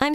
I'm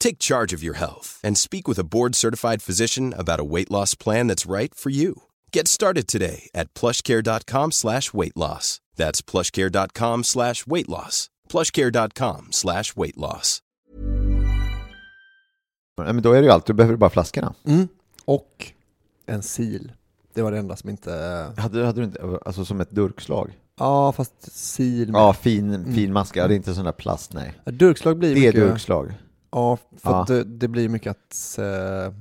Take charge of your health and speak with a board-certified physician about a weight loss plan that's right for you. Get started today at plushcare.com slash weight loss. That's plushcare.com slash weight loss. plushcare.com slash weight loss. Nej, men då är det ju allt, då behöver du bara flaskorna. Mm. Och en sil. Det var det enda som inte... Hade, hade du inte, alltså som ett durkslag? Mm. Ja, fast sil... Ja, fin, fin mask, ja, det är inte sån där plast, nej. Durkslag blir Det är mycket... durkslag. Ja, för Ja. Att det, det blir mycket att eh,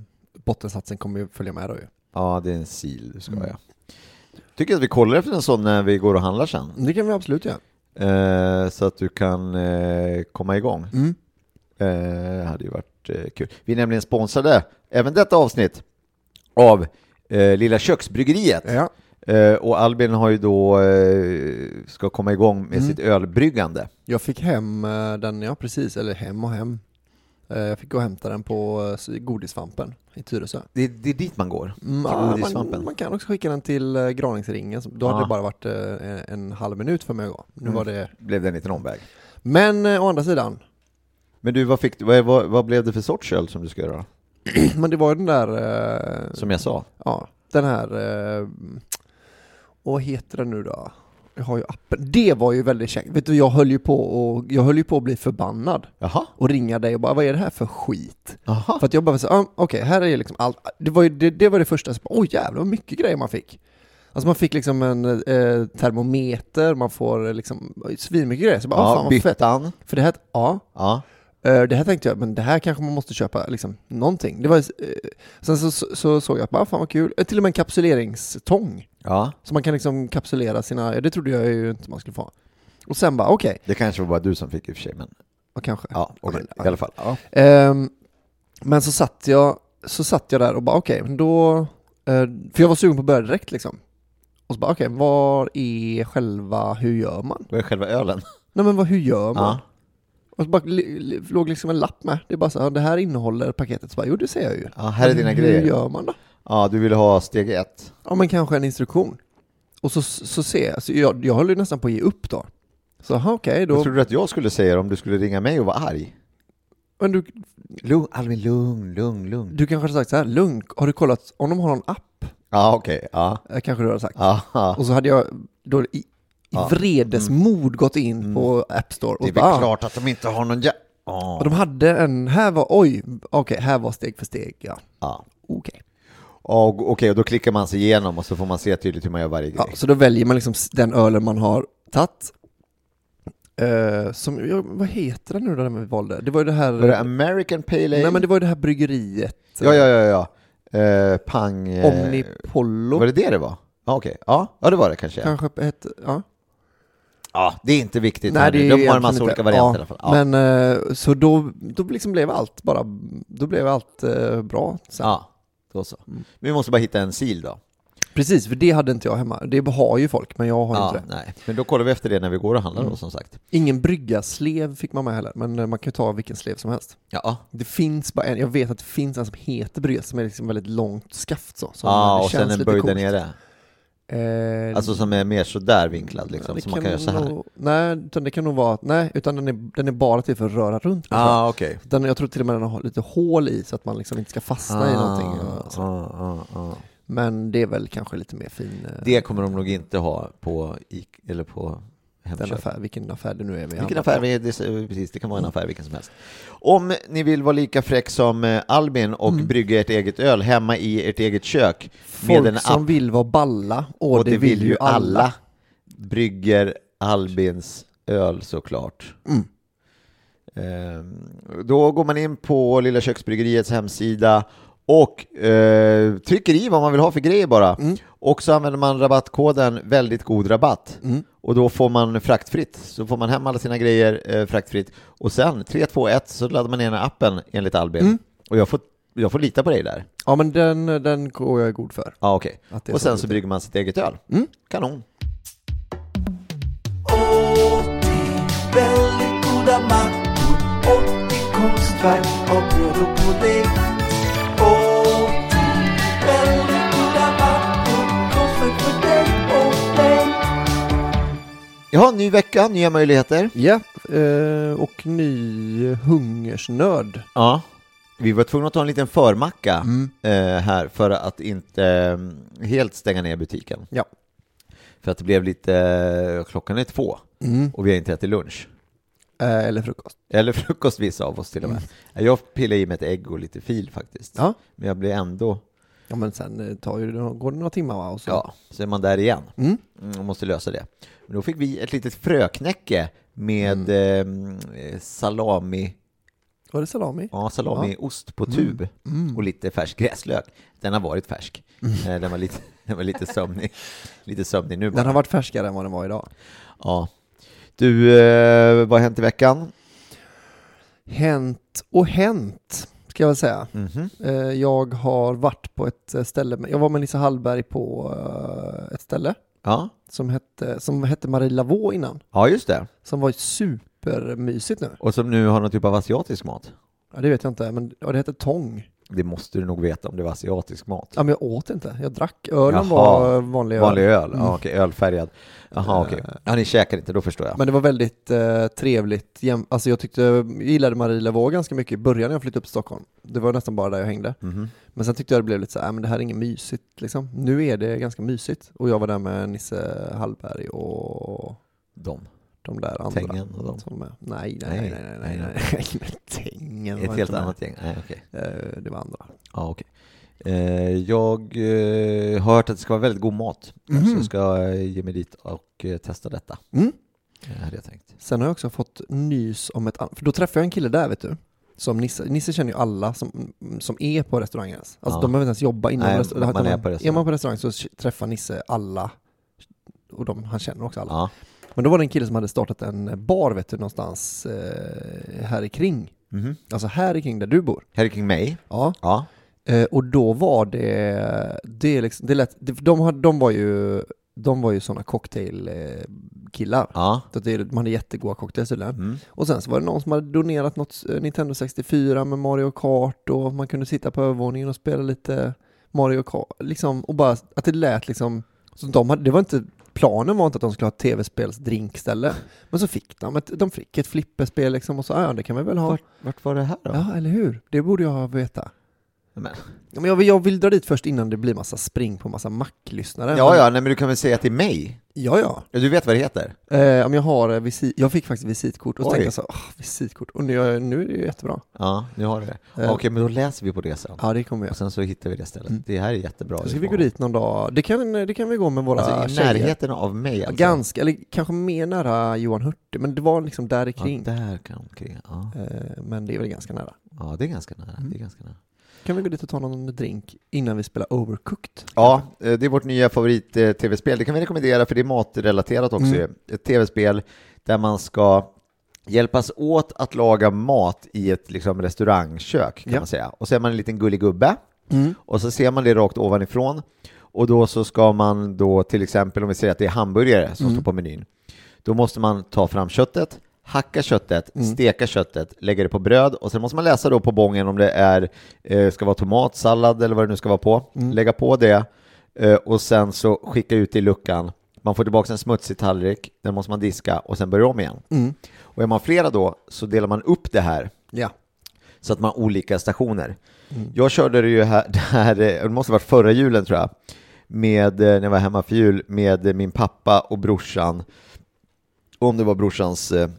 bottensatsen kommer ju följa med då ju. Ja, det är en sil du ska ha, ja. Tycker att vi kollar efter en sån när vi går och handlar sen. Det kan vi absolut göra. Eh, så att du kan eh, komma igång. Mm. Eh, hade ju varit eh, kul. Vi är nämligen sponsrade, även detta avsnitt, av eh, Lilla Köksbryggeriet. Ja. Eh, och Albin har ju då, eh, ska komma igång med sitt ölbryggande. Jag fick hem eh, den, ja precis, eller hem och hem. Eh, Jag fick gå och hämta den på eh, Godissvampen i Tyresö. Det, det är dit man går. Mm, Till ja, Godissvampen. man, man kan också skicka den till eh, Graningsringen, som- då hade Ja. Mm. det bara varit eh, en halv minut för mig att gå. Nu var det... Blev det en liten omväg. Men eh, å andra sidan, Men du, vad, fick, du- vad, vad, vad blev det för sorts öl som du ska göra? men det var ju den där... eh, Som jag sa. Ja, den här... Eh, och vad heter den nu då? Jag har ju appen. Det var ju väldigt käckt. Vet du, jag höll ju på och, jag höll ju på att bli förbannad Jaha. och ringa dig och bara vad är det här för skit? Jaha. För att jag bara så, ah, okej, här är liksom allt. Det var ju det, det, var det första, som- oj jävlar vad mycket grejer man fick. Alltså man fick liksom en eh, termometer, man får eh, liksom svinmycket grejer. Så bara, ah, fan Ja, vad fett. byttan. För det här, ja, Ja. Eh, Det här tänkte jag, men det här kanske man måste köpa liksom, någonting. Det var, eh, sen så, så, så såg jag att, bara, fan vad kul, Eh, till och med en kapsuleringstång. Ja. Så man kan liksom kapsulera sina, ja, det trodde jag ju inte man skulle få. Och sen bara, okej, Det kanske var bara du som fick i och för sig, men och kanske. ja, okej, i alla fall. Ja. Ehm, men så satt jag, så satt jag där och bara okej, men då... eh, för jag var sugen på att börja direkt liksom. Och så bara okej, var är själva, hur gör man? Vad är själva ölen? Nej men vad, hur gör man? Ja. Och så bara, li, li, låg liksom en lapp med. Det är bara så här, det här innehåller paketet. Så bara, jo det ser jag ju. Ja, här är dina hur grejer. gör man då? Ja, du ville ha steg ett. Ja men kanske en instruktion. Och så, så ser jag, så jag, jag höll ju nästan på att ge upp då. Så aha, okej Vad då. trodde du att jag skulle säga om du skulle ringa mig och vara arg? Men du, Lugn, Albin, lugn, lugn, lugn. du kanske hade sagt så här, lugn, har du kollat om de har någon app? Ja, okej. Ja. Eh, Kanske du hade sagt. Ja, ja. Och så hade jag då i, i Ja. Mm. vredesmod gått in på App Store Det är och bara, väl ah. klart att de inte har någon jä... Ja. och de hade en, här var, oj, okej, här var steg för steg, ja. Ja. Okej. Ja, och- Okej, och då klickar man sig igenom och så får man se tydligt hur man gör varje Ja, grej. så då väljer man liksom s- den ölen man har tagit. Eh, som, ja, vad heter den nu då den vi valde? Det var ju det här... Var det American Pale Ale? nej men det var ju det här bryggeriet. Ja, ja, ja, ja. Eh, pang... eh, Omnipollo. Var det det det var? Ja, okej. Ja, ja, det var det kanske. Ja, Kanske hette, ja. det är inte viktigt. här Nej, det nu. är de ju har en egentligen massa inte- olika varianter ja, i alla fall. Ja. Men eh, så då, då liksom blev allt bara, då blev allt eh, bra. Så. ja, då så. Mm. Vi måste bara hitta en sil då. Precis, för det hade inte jag hemma. Det har ju folk, men jag har Ja, inte det. Mm. nej. Men då kollar vi efter det när vi går och handlar då, som sagt. Ingen bryggarslev fick man med heller, men eh, man kan ju ta vilken slev som helst. Ja, Det finns bara en, jag vet att det finns en som heter brygga som är liksom väldigt långt skaft så. som ja och känns sen en lite böj där coolt. nere. Eh, Alltså som är mer sådär vinklad liksom, det som man kan göra så här. nog- Nej, utan det kan nog vara att, nej, utan den är, den är bara till för att röra runt. och så. Ah, okej. Den, jag tror till och med den har lite hål i så att man liksom inte ska fastna i någonting. och så. ah, ah, ah. Men det är väl kanske lite mer fin, eh, Det kommer de nog inte ha på, Ica- eller på den Hemköp. affär, vilken affär det nu är vi Vilken handlar affär, på. vi- det, precis, det kan vara en affär vilken som helst. Om ni vill vara lika fräck som eh, Albin och Mm. brygga ert eget öl hemma i ert eget kök Folk med en app som vill vara balla, och, och det vill ju alla, brygger Albins öl såklart. Ehm, Då går man in på Lilla Köksbryggeriets hemsida och eh, trycker i vad man vill ha för grejer bara. Och så använder man rabattkoden väldigt god rabatt. Och då får man fraktfritt. Så får man hem alla sina grejer eh, fraktfritt. Och sen 321 så laddar man ner den här appen enligt Albin. Och jag får, jag får lita på dig där. Ja men den, den går jag i god för. Ja, okej. Att det är Och så sen lite. så Mm. brygger man sitt eget öl. Kanon. väldigt goda mackor 80 konstverk av bröd och pålägg 80 väldigt goda mackor konstverk för dig och mig Ja, ny vecka, nya möjligheter. Ja, eh, och ny hungersnöd. Ja. Vi var tvungna att ta en liten förmacka eh, här för att inte eh, helt stänga ner butiken. Ja. För att det blev lite, eh, klockan är två och vi har inte ätit lunch. Eh, eller frukost. Eller frukost vissa av oss till och med. Jag pillade i mig ett ägg och lite fil faktiskt. Ja. Men jag blev ändå, Ja men sen eh, tar ju, det- går det några timmar va? Och så. ja, så är man där igen. Mm, och måste lösa det. Men då fick vi ett litet fröknäcke med eh, salami Var det salami? Ja, salamiost på tub Mm. och lite färsk gräslök. Den har varit färsk. Eh, Den var lite, den var lite sömnig. Lite sömnig nu bara. Den har varit färskare än vad den var idag. Ja. Du, eh, vad har hänt i veckan? Hänt och hänt, ska jag väl säga. Eh, Jag har varit på ett eh, ställe, med, jag var med Lisa Hallberg på eh, ett ställe Ja, som hette, som hette Marie Laveau innan, ja just det. som var supermysigt nu. Och som nu har någon typ av asiatisk mat. Ja, det vet jag inte, men ja, det hette Tång. Det måste du nog veta om det var asiatisk mat. Ja, men jag åt inte, jag drack. Ölen Jaha. var eh, vanlig öl. Eh. Vanlig öl, ja, okej, ölfärgad. Jaha, okej. Ja, ni käkar inte, då förstår jag. Men det var väldigt eh, trevligt. Jäm- alltså jag tyckte, jag gillade Marie Laveau ganska mycket i början när jag flyttade upp till Stockholm. Det var nästan bara där jag hängde. Mhm. Men sen tyckte jag det blev lite så här, "Äh, men det här är inget mysigt liksom. Nu är det ganska mysigt. Och jag var där med Nisse Hallberg och De. de där andra. Tängen och dem. Som var med. Nej, nej, nej, Nej, nej, nej, nej, nej. Men Tängen Ett var helt inte med. annat gäng. Nej, okej. Eh, det var andra. Ja, okej. Eh, jag eh, har hört att det ska vara väldigt god mat. Mhm. Så jag ska eh, ge mig dit och eh, testa detta. Mm. Eh, hade jag tänkt. Sen har jag också fått nys om ett annat, för då träffade jag en kille där vet du. Som Nisse, Nisse känner ju alla som, som är på restaurangen ens. Alltså Ja. de behöver inte ens jobba inom Nej, restaurangen. man är utan på Är restaurang. man på restaurang så träffar Nisse alla. Och de, han känner också alla. Ja. Men då var det en kille som hade startat en bar vet du, någonstans eh, här i kring. Mhm. Alltså här i kring där du bor. Harry King May. Ja. Ja. Eh, och då var det, det, är liksom, det lät, de, de, har- de var ju, de var ju sådana cocktailkillar. Ja. Mhm. Så att det, är- de hade jättegoda cocktails tydligen. Och sen så var det någon som hade donerat något eh, Nintendo 64 med Mario Kart och man kunde sitta på övervåningen och spela lite Mario Kart. Liksom, och bara att det lät liksom... Så de hade, det var inte, planen var inte att de skulle ha ett tv-spelsdrinkställe. Men så fick de ett, de fick ett flipperspel liksom och så, "Ah, ja det kan vi väl ha. Vart, vart var det här då? Ja, eller hur? Det borde jag veta. Men. Ja, men jag, vill, jag vill dra dit först innan det blir massa spring på massa macklyssnare. Ja, ja, nej, men du kan väl säga till mig? Ja, ja. Ja, Du vet vad det heter? Eh, om jag, har eh, visit, jag fick faktiskt visitkort och så Oj. tänkte jag så, här, "Ah, visitkort. Och nu, nu är det ju jättebra. Ja, nu har du det. Eh. Okej, men då läser vi på det sen. Ja, det kommer jag. Och sen så hittar vi det stället. Det här är jättebra. Så ska vi gå dit någon dag. Det kan, det kan vi gå med våra Alltså i tjejer. närheten av mig Ja, alltså. Ganska, eller kanske mer nära Johan Hurtig, men det var liksom där ja, kring. där kan kring. Ja. Eh, Men det är väl ganska nära. ja, det är ganska nära. Det Mm. är ganska nära. Kan vi gå dit och ta någon drink innan vi spelar Overcooked? Ja, eh, det är vårt nya favorit-tv-spel. Det kan vi rekommendera för det är matrelaterat också. ju. Ett tv-spel där man ska hjälpas åt att laga mat i ett liksom, restaurangkök kan Ja. man säga. Och så är man en liten gullig gubbe och så ser man det rakt ovanifrån. Och då så ska man då till exempel om vi säger att det är hamburgare som står på menyn. Då måste man ta fram köttet, hacka köttet, steka köttet, lägga det på bröd och sen måste man läsa då på bången om det är, eh, ska vara tomat, sallad eller vad det nu ska vara på. Lägga på det Eh, och sen så skicka ut det i luckan. Man får tillbaka en smutsig tallrik, den måste man diska och sen börja om igen. Och är man flera då så delar man upp det här Ja. så att man har olika stationer. Jag körde det ju här, det här, eh, det måste ha varit förra julen tror jag, med, eh, när jag var hemma för jul med eh, min pappa och brorsan, om det var brorsans eh,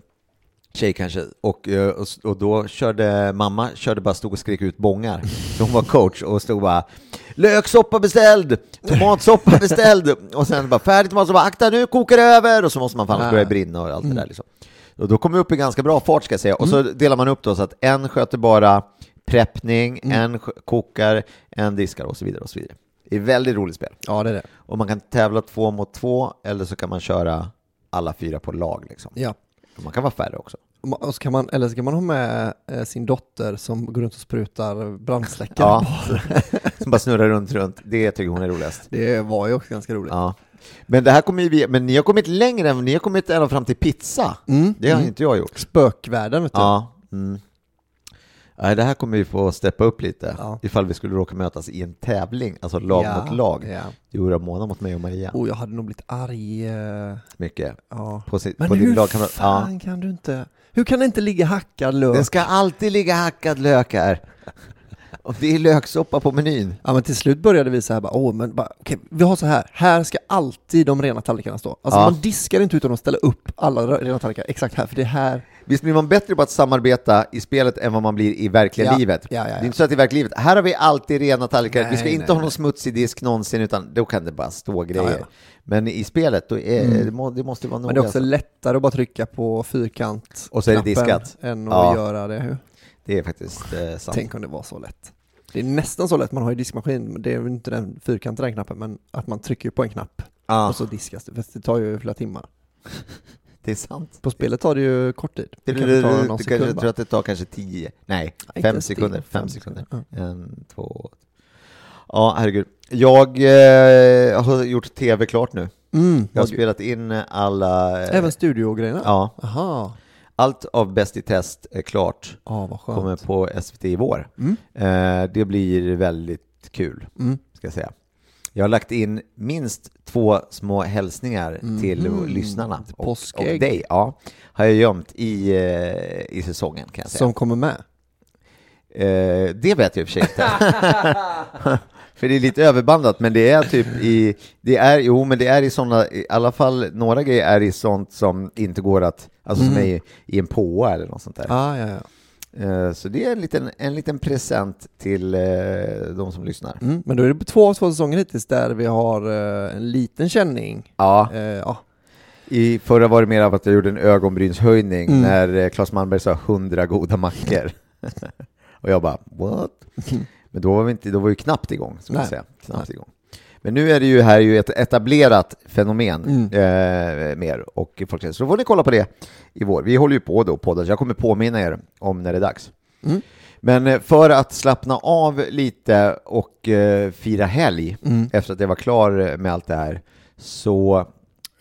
tjej kanske, och, eh, och, s- och då körde mamma, körde bara stod och skrek ut bångar. Så hon var coach och stod bara löksoppa beställd, tomatsoppa beställd och sen bara färdigt tomat, så bara akta nu kokar det över och så måste man fan Ah. börja brinna och allt det där liksom. Och då kom vi upp i ganska bra fart ska jag säga. Och så delar man upp då så att en sköter bara preppning, en skö- kokar, en diskar och så vidare och så vidare. Det är ett väldigt roligt spel. ja, det är det. Och man kan tävla två mot två eller så kan man köra alla fyra på lag liksom. Ja. Man kan vara färre också. Och ma- Och så kan man, eller så kan man ha med eh, sin dotter som går runt och sprutar brandsläckare. Ja, som bara snurrar runt, runt. Det tycker hon är roligast. Det var ju också ganska roligt. Ja. Men det här kommer ju vi, men ni har kommit längre, än- ni har kommit ända fram till pizza. Mm. Det har inte jag gjort. Spökvärlden vet du. Ja. Mm. Nej, det här kommer vi få steppa upp lite. Ja. Ifall vi skulle råka mötas i en tävling, alltså lag Ja, mot lag. ja. Du gjorde Mona mot mig och Maria. Oh, jag hade nog blivit arg. eh, Mycket. Ja. På, sin, Men på din hur lagkamrat. fan Ja. kan du inte? Hur kan det inte ligga hackad lök? Den ska alltid ligga hackad lök här. Och det är löksoppa på menyn. Ja men till slut började vi så här bara, åh men bara, okej, vi har så här, här ska alltid de rena tallrikarna stå. Alltså Ja. man diskar inte utan att ställa upp alla re- rena tallrikar exakt här, för det är här. Visst blir man bättre på att samarbeta i spelet än vad man blir i verkliga Ja. livet? Ja, ja, ja. Det är inte så att i verkliga livet, här har vi alltid rena tallrikar, vi ska Nej, inte nej, ha någon smutsig disk någonsin, utan då kan det bara stå grejer. ja. Mm. Men i spelet, då är, det, må, det måste vara noga. Men det är också alltså. lättare att bara trycka på fyrkant Och så är det diskat. än att Ja. göra det. Hur? det är faktiskt eh, sant. Tänk om det var så lätt. Det är nästan så lätt, man har ju diskmaskin, men det är ju inte den fyrkantiga den knappen, men att man trycker på en knapp Ja, och så diskas det, fast det tar ju flera timmar. det är sant. På spelet tar det ju kort tid. Du, Det kan ju ta någon du sekund kanske bara. tror att det tar kanske tio, nej, inte fem ens det. sekunder. Fem Fem sekunder. sekunder, En, två... Ja, herregud. Jag eh, har gjort tv klart nu. Mm. Jag har spelat in alla... eh, Även studiogrejerna? Ja, Aha. allt av Bäst i test är klart. Ja, vad skönt. Mm. Kommer på SVT i vår. Eh, det blir väldigt kul, ska jag säga. Jag har lagt in minst två små hälsningar till lyssnarna och, och Mm. Påskägg. dig. Ja, har jag gömt i, eh, i säsongen kan jag säga. Som kommer med? Eh, det vet jag i och för sig inte. för det är lite överbandat, men det är typ i, det är, jo men det är i sådana, i alla fall några grejer är i sånt som inte går att, alltså som är i, i en påa eller något sånt där. Ah, Mm. ja, ja. Eh, Så det är en liten, en liten present till eh, de som lyssnar. Mm. Men då är det två av två säsonger hittills där vi har eh, en liten känning. Ja, Eh, ja. i förra var det mer av att jag gjorde en ögonbrynshöjning Mm. när eh, Claes Malmberg sa 100 goda mackor. och jag bara what? Men då var vi inte, då var vi knappt igång, ska jag Mm. Nej. säga. Knappt igång. Men nu är det ju här ju ett etablerat fenomen Mm. eh, mer och folk säger, så då får ni kolla på det i vår. Vi håller ju på då och poddar, så jag kommer påminna er om när det är dags. Mm. Men eh, för att slappna av lite och eh, fira helg Mm. efter att jag var klar med allt det här så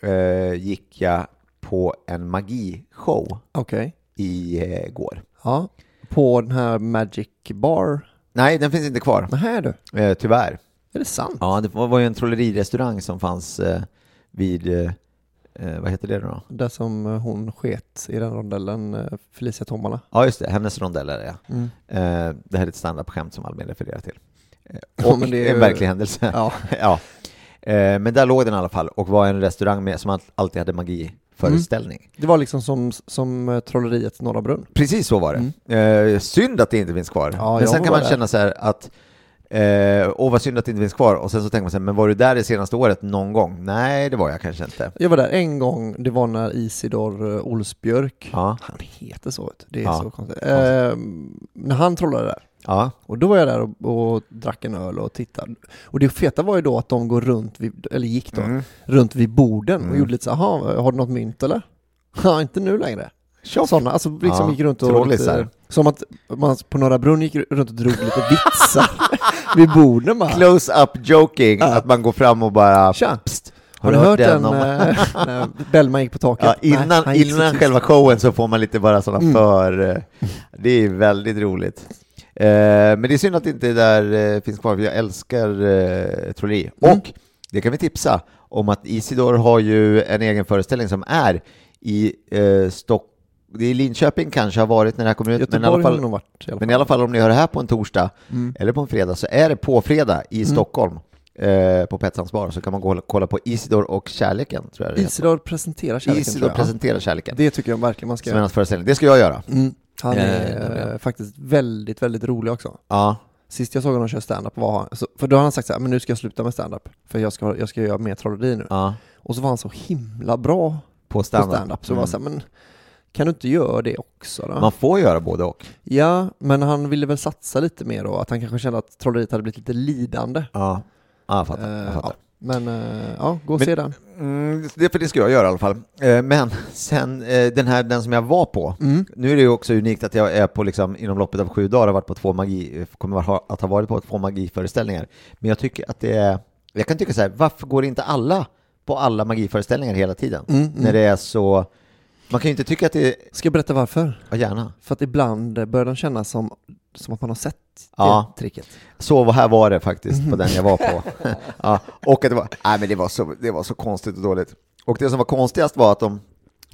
eh, gick jag på en magishow eh, Okej. igår. Ja. På den här Magic Bar. Nej, den finns inte kvar, Nähä du. eh, tyvärr. Är det sant? Ja, det var var ju en trollerirestaurang som fanns eh, vid, eh, eh, vad heter det då? Där som eh, hon sket i den rondellen, eh, Felicia Tomala. Ja, just det, Hennes rondell är det ja. Mm. Eh, Det här är ett standup-skämt som Albin refererar till. Eh, Ja, Och men det är en ju- verklig händelse. Ja. ja. Eh, Men där låg den i alla fall och var en restaurang med, som all- alltid hade magiföreställning. Det var liksom som, som eh, trolleriet Norra Brunn. Precis så var det. Eh, synd att det inte finns kvar. Mm. Ja, men jag sen kan var man där. känna så här att Eh, åh vad synd att det inte finns kvar och sen så tänker man så här, men var du där det senaste året någon gång? Nej det var jag kanske inte. Jag var där en gång, det var när Isidor eh, Olsbjörk, Ja, han heter så vet du. det är Ja. så konstigt, eh, när han trollade där. ja, Och då var jag där och, och drack en öl och tittade. Och det feta var ju då att de går runt, vid, eller gick Mm. då, runt vid borden och gjorde lite så här, "Jaha, har du något mynt eller? Ja, inte nu längre. Sådana, alltså liksom Ja, gick runt och... trollisar. lite- Som att man på Norra Brunn gick runt och drog lite vitsar vid borden bara. close up joking, att man går fram och bara Tja! Psst, Har du hört den, om- eh, när Bellman gick på taket? Ja, Nej, innan han gick så innan tyst. Mm. själva showen så får man lite bara sådana för... eh, Det är väldigt roligt. Mm. Eh, Men det är synd att det inte där eh, finns kvar, för jag älskar eh, trolleri. Och Det kan vi tipsa om att Isidor har ju en egen föreställning som är i eh, Stock... Det är Linköping kanske har varit när det här kommer ut, men i, Göteborg alla har det fall, nog varit i alla fall. men i alla fall om ni hör det här på en torsdag Mm. eller på en fredag så är det på fredag i Stockholm eh, på Petsans bar så kan man gå och kolla på Isidor och kärleken tror jag det heter. Isidor presenterar kärleken tror Isidor jag. presenterar kärleken. Det tycker jag verkligen man ska Som är göra. hans föreställning. Det ska jag göra. Mm. Han Eh, det är blir- eh, faktiskt väldigt, väldigt rolig också. Ja. Sist jag såg honom köra stand-up var han, så, för då har han sagt så här, men nu ska jag sluta med stand-up, för jag ska, jag ska göra mer trolleri nu. ja. Och så var han så himla bra På på stand-up. stand-up, så jag Mm. var så här, men kan du inte göra det också då? Man får göra både och. Ja, men han ville väl satsa lite mer då, att han kanske kände att trolleriet hade blivit lite lidande. Ja, ja jag fattar. Eh, Jag fattar. ja. Men eh, ja, gå och Men- se den. Mm, det, för det ska jag göra i alla fall. Eh, men sen eh, den här, den som jag var på. Nu är det ju också unikt att jag är på liksom, inom loppet av sju dagar har varit på två magi, eh, kommer ha- att ha varit på två magiföreställningar. Men jag tycker att det är, jag kan tycka så här, varför går inte alla på alla magiföreställningar hela tiden? När det är så, man kan ju inte tycka att det är, Ska jag berätta varför? ja gärna. För att ibland börjar de kännas som, som att man har sett Ja. det tricket. Så vad här var det faktiskt på Mhm. den jag var på. ja, och att det var, nej men det var, så, det var så konstigt och dåligt. Och det som var konstigast var att de,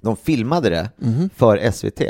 de filmade det Mhm. för SVT.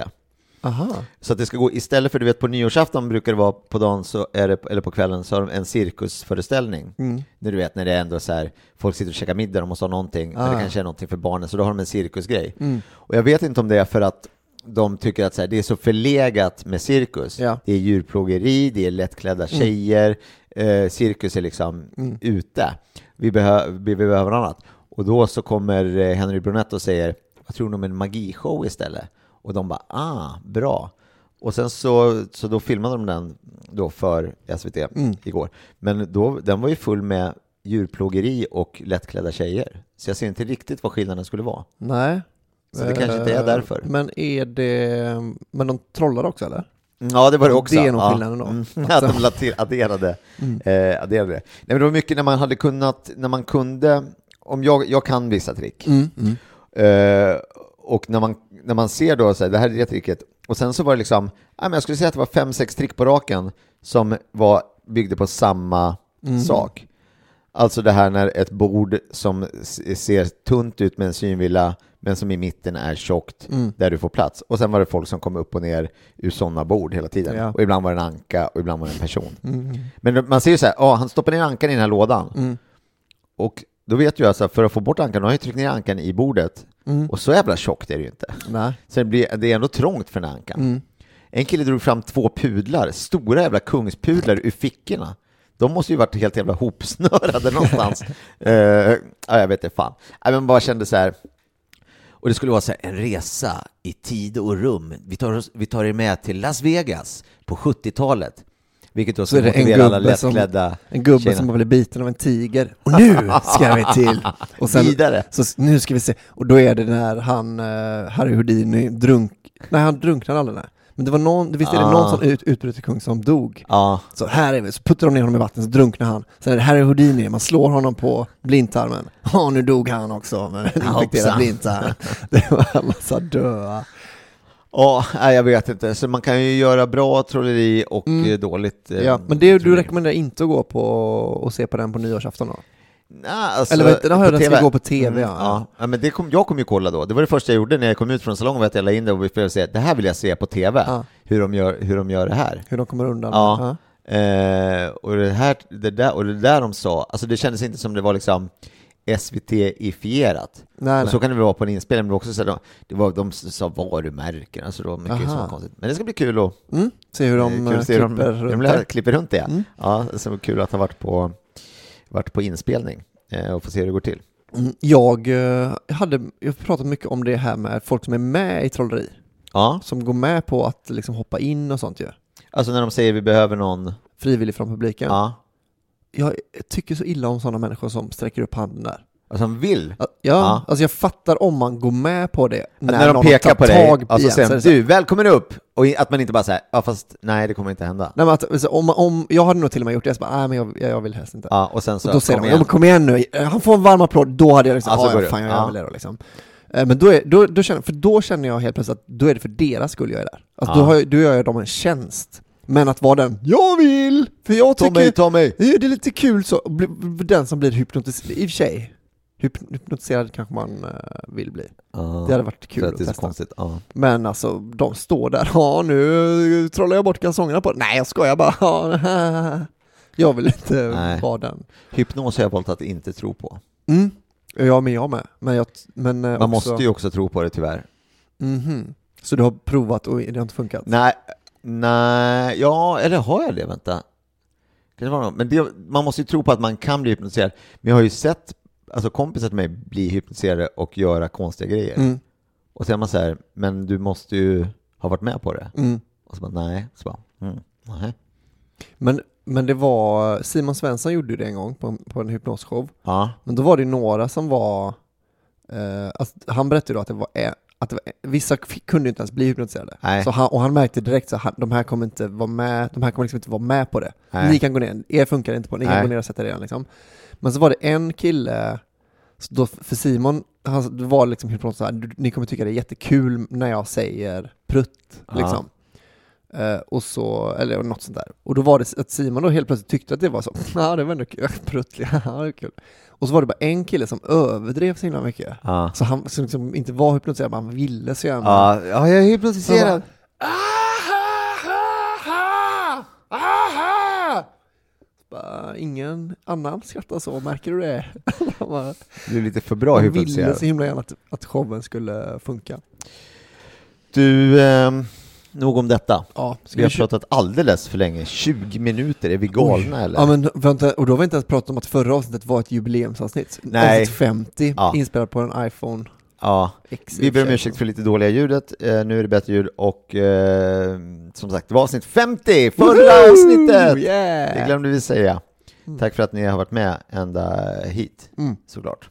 Aha. Så att det ska gå, istället för du vet på nyårsafton brukar det vara på dagen så är det, eller på kvällen så har de en cirkusföreställning. Mm. När du vet när det är ändå så här, folk sitter och käkar middag, de måste ha någonting, men det Ah. Mm. kanske är någonting för barnen, så då har de en cirkusgrej. Och jag vet inte om det är för att de tycker att så här, det är så förlegat med cirkus. Ja. Det är djurplågeri, det är lättklädda tjejer, eh, cirkus är liksom ute. Vi, behö- vi behöver något annat. Och då så kommer eh, Henry Brunett och säger, vad tror ni om en magishow istället? Och de bara, ah, bra. Och sen så, så då filmade de den då för SVT igår. Men då, den var ju full med djurplågeri och lättklädda tjejer. Så jag ser inte riktigt vad skillnaden skulle vara. Nej. Så det kanske inte är Eh, därför. Men är det, men de trollar också eller? Ja, det var det också. Det är nog ja. skillnaden då. Mm. Mm. Att de la till, adderade, eh, adderade det. Nej, men det var mycket när man hade kunnat, när man kunde, om jag, jag kan vissa trick. Mm, Eh, och när man, när man ser då, så här, det här är det tricket. Och sen så var det liksom, nej, men jag skulle säga att det var fem, sex trick på raken som var, byggde på samma Mm. sak. Alltså det här när ett bord som s- ser tunt ut med en synvilla men som i mitten är tjockt där du får plats. Och sen var det folk som kom upp och ner ur sådana bord hela tiden. Ja. Och ibland var det en anka och ibland var det en person. Men man ser ju så här, ja han stoppar ner ankan i den här lådan. Och då vet ju jag så här, för att få bort ankan, då har jag ju tryckt ner ankan i bordet. Och så jävla tjockt är det ju inte. Nej. Så det, blir, det är ändå trångt för den här ankan. Mm. En kille drog fram två pudlar, stora jävla kungspudlar ur fickorna. De måste ju varit helt jävla hopsnörade någonstans. Eh, ja, jag vet inte fan. Nej, men bara kände så här. Och det skulle vara så här, en resa i tid och rum. Vi tar, oss, vi tar er med till Las Vegas på 70-talet. Vilket då Så är skulle det en motivera alla gubbe, som, lättklädda en gubbe tjejerna. som har blivit biten av en tiger. Och nu ska vi till! Och Vidare. Så s- nu ska vi se. Och då är det när han, eh, Harry Houdini, drunk... Nej, han drunknade aldrig nej. Men det var någon, visst Ah. är det någon som ut, utbryter kung som dog? Ja, Så här är vi, så puttar de ner honom i vattnet så drunknar han. Sen är det Harry Houdini, man slår honom på blindtarmen. Ja, nu dog han också med en infekterad hoppsan. blindtarm. Det var en massa döda. ja nej, jag vet inte. Så man kan ju göra bra trolleri och eh, dåligt. eh, Mm. Ja, men det, du trolleri. rekommenderar inte att gå på och se på den på nyårsafton då? Nej, alltså, Eller vad heter det? Den har på jag redan TV. ska gå på TV, ja. ja. ja men det kom, jag kom ju kolla då. Det var det första jag gjorde när jag kom ut från salongen, var att jag la in det och ville se, det här vill jag se på TV, Ja. hur, de gör, hur de gör det här. Hur de kommer undan? Ja. Eh, och, det här, det där, och det där de sa, alltså det kändes inte som det var liksom SVT-ifierat. Nej, och så nej. kan det väl vara på en inspelning, men det var också så här, de, det var, de sa varumärken, alltså det var mycket Aha. sånt konstigt. Men det ska bli kul att Mm. Se hur de Eh, kul eh, att se Mm. hur klipper de, hur de runt lär- det. klipper runt det. Ja, så kul att ha varit på, varit på inspelning eh, och få se hur det går till. Mm, Jag eh, hade, jag har pratat mycket om det här med folk som är med i trolleri. Ja, Som går med på att liksom hoppa in och sånt ju. alltså när de säger vi behöver någon. Frivilligt från publiken. Ja. Jag tycker så illa om sådana människor som sträcker upp handen där. Och som Alltså, vill. Ja, Ja. alltså jag fattar om man går med på det Att när de någon har pekar tagit på dig tag och så igen, säger så de, är det så här- du välkommen upp! Och i- att man inte bara säger ja fast nej det kommer inte hända. Nej, men att, alltså, om, om, jag hade nog till och med gjort det, jag bara, nej men jag, jag vill helst inte. Ja, och sen så, och då säger kom de, ja, igen. men kom igen nu, Eh, han får en varm applåd, då hade jag liksom, Ja, så ja, går ja det. fan jag Ja. gör väl det då liksom. Eh, Men då, är, då, då känner, för då känner jag helt plötsligt att då är det för deras skull jag är där. Alltså, Ja. då, har jag, då gör jag dem en tjänst. Men att vara den, jag vill! För jag Ta tycker... mig, ta mig! Ja, Det är lite kul så, bli- bli- den som blir hypnotiserad, i och för sig, hyp- hypnotiserad kanske man eh, vill bli. Det hade varit kul För att att det är så testa. konstigt. Ja. Men alltså, de står där, ja nu trollar jag bort kalsongerna på Nej jag skojar bara, ja, jag vill inte Nej. vara den. Hypnos har jag valt att inte tro på. Mm. Ja men jag med, men, jag, men eh, Man också, måste ju också tro på det tyvärr. Mhm. Så du har provat och det har inte funkat? Nej, nej, ja, eller har jag det? Vänta. Kan det vara någon? Men det, man måste ju tro på att man kan bli hypnotiserad. Men jag har ju sett alltså kompisar till mig bli hypnotiserade och göra konstiga grejer. Mm. Och sen är man så här, men du måste ju ha varit med på det. Mm. Och så bara, nej. Så bara, mm, nej. Men, men det var, Simon Svensson gjorde ju det en gång på en, på en hypnosshow. Ja, Men då var det ju några som var, eh, alltså, han berättade ju då att det var, en- att det var en- vissa fick, kunde ju inte ens bli hypnotiserade. Nej. Så han, och han märkte direkt att de här kommer inte vara med, de här kommer liksom inte vara med på det. Nej. Ni kan gå ner, er funkar det inte på, ni kan Nej. gå ner och sätta er igen liksom. Men så var det en kille, så då, för Simon, han det var liksom hypnotiskt så här, "Du- ni kommer tycka det är jättekul när jag säger prutt Ja. liksom. Eh, och så, eller något sånt där. Och då var det att Simon då helt plötsligt tyckte att det var så, ja det var ändå kul, prutt, ja det var kul. Och så var det bara en kille som överdrev så himla mycket. ja. Så han som liksom inte var hypnotiserad, men han ville så gärna. Ja, ja, jag är hypnotiserad. Bara, ingen annan skrattar så, märker du det? Han bara, Du är lite för bra han ville hypnotiserad. så himla gärna att, att showen skulle funka. Du, ehm, nog om detta. Ja, ska Vi har kö- pratat alldeles för länge. 20 minuter, är vi galna eller? Ja men vänta, och då har vi inte ens pratat om att förra avsnittet var ett jubileumsavsnitt. Nej. Avsnitt 50, Ja. inspelat på en iPhone Ja. X. Vi ber om ursäkt för lite dåliga ljudet. Eh, nu är det bättre ljud och eh, som sagt, det var avsnitt 50! Förra avsnittet! Yeah. Det glömde vi säga. Tack för att ni har varit med ända hit, Mm. såklart.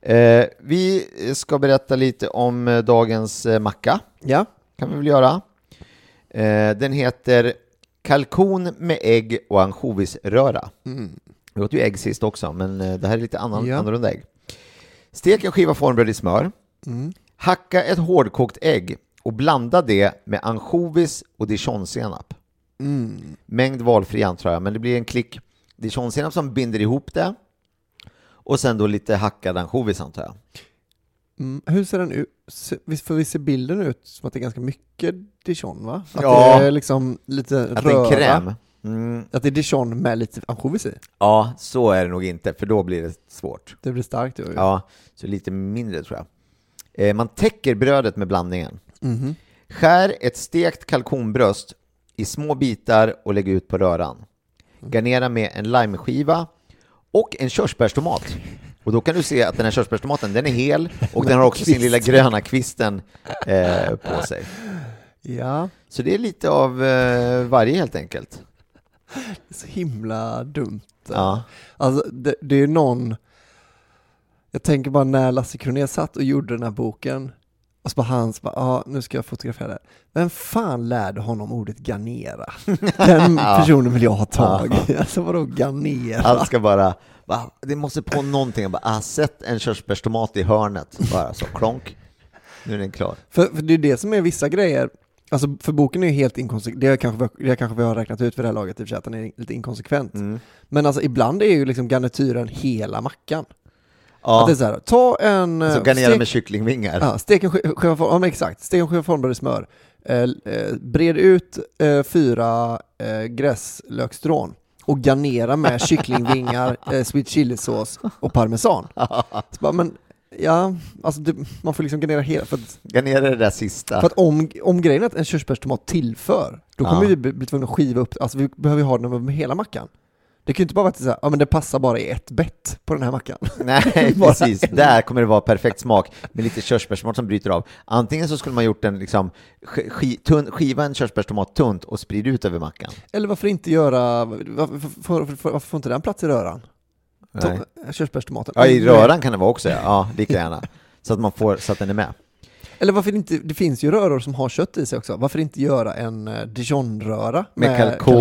Eh, vi ska berätta lite om eh, dagens eh, macka, Ja, kan vi väl göra. Eh, den heter Kalkon med ägg och ansjovisröra. Mm, Vi åt ju ägg sist också, men eh, det här är lite annan, Ja. annorlunda ägg. Stek en skiva formbröd i smör. Hacka ett hårdkokt ägg och blanda det med ansjovis och dijonsenap. mm. Mängd valfri antar jag, men det blir en klick dijonsenap som binder ihop det. Och sen då lite hackad ansjovis antar jag. mm, hur ser den ut? Se- visst- För vi ser bilden ut som att det är ganska mycket dijon va? Att Ja. det är liksom lite Att det är röra. en kräm. Mm, Att det är dijon med lite ansjovis i. ja, så är det nog inte, för då blir det svårt. Det blir starkt ju. Ja, så lite mindre tror jag. Eh, man täcker brödet med blandningen. Mhm. Skär ett stekt kalkonbröst i små bitar och lägg ut på röran. Garnera med en limeskiva och en körsbärstomat. Och då kan du se att den här körsbärstomaten, den är hel och den har också sin lilla gröna kvisten eh, på sig. ja. Så det är lite av eh, varje helt enkelt. Det är så himla dumt. Ja, Alltså, det, det är någon... Jag tänker bara när Lasse Kronér satt och gjorde den här boken och så bara han så bara, ja nu ska jag fotografera det. här." Vem fan lärde honom ordet garnera? Den personen vill jag ha tag i. Alltså vadå garnera? allt ska bara, va, det måste på någonting. Jag Bara, ah, sätt en körsbärstomat i hörnet, bara så klonk. Nu är den klar. För, för det är det som är vissa grejer, alltså för boken är ju helt inkonsekvent, det, har kanske, vi- det kanske vi har räknat ut för det här laget i och för sig, att den är lite inkonsekvent. Mm. Men alltså ibland är ju liksom garnityren hela mackan. Att Ja, det är så här, ta en... så eh, garnera stek- med kycklingvingar. Ja, stek en sk- skiva form- ja, men exakt. Stek en skiva formbröd i smör. Eh, eh, bred ut eh, fyra eh, gräslöksstrån och garnera med kycklingvingar, eh, sweet chili-sås och parmesan. Så bara, men ja, alltså det, man får liksom garnera hela. För att, Garnera det där sista. för att om, om grejen är att en körsbärstomat tillför, då kommer Ja. vi bli bli tvungna att skiva upp, alltså vi behöver ju ha den över hela mackan. Det kan ju inte bara vara att det är så här, ja men det passar bara i ett bett på den här mackan. Nej, Bara precis. Där kommer det vara perfekt smak med lite körsbärstomat som bryter av. Antingen så skulle man gjort en liksom, sk- ski, tunn, skiva en körsbärstomat tunt och sprida ut över mackan. Eller varför inte göra, varför, varför, varför, varför får inte den plats i röran? Nej. To- Körsbärstomaten. Ja, i röran kan det vara också, ja. ja lika gärna. Så att, man får, så att den är med. Eller varför inte, det finns ju röror som har kött i sig också. Varför inte göra en eh, dijonröra Med kalkon,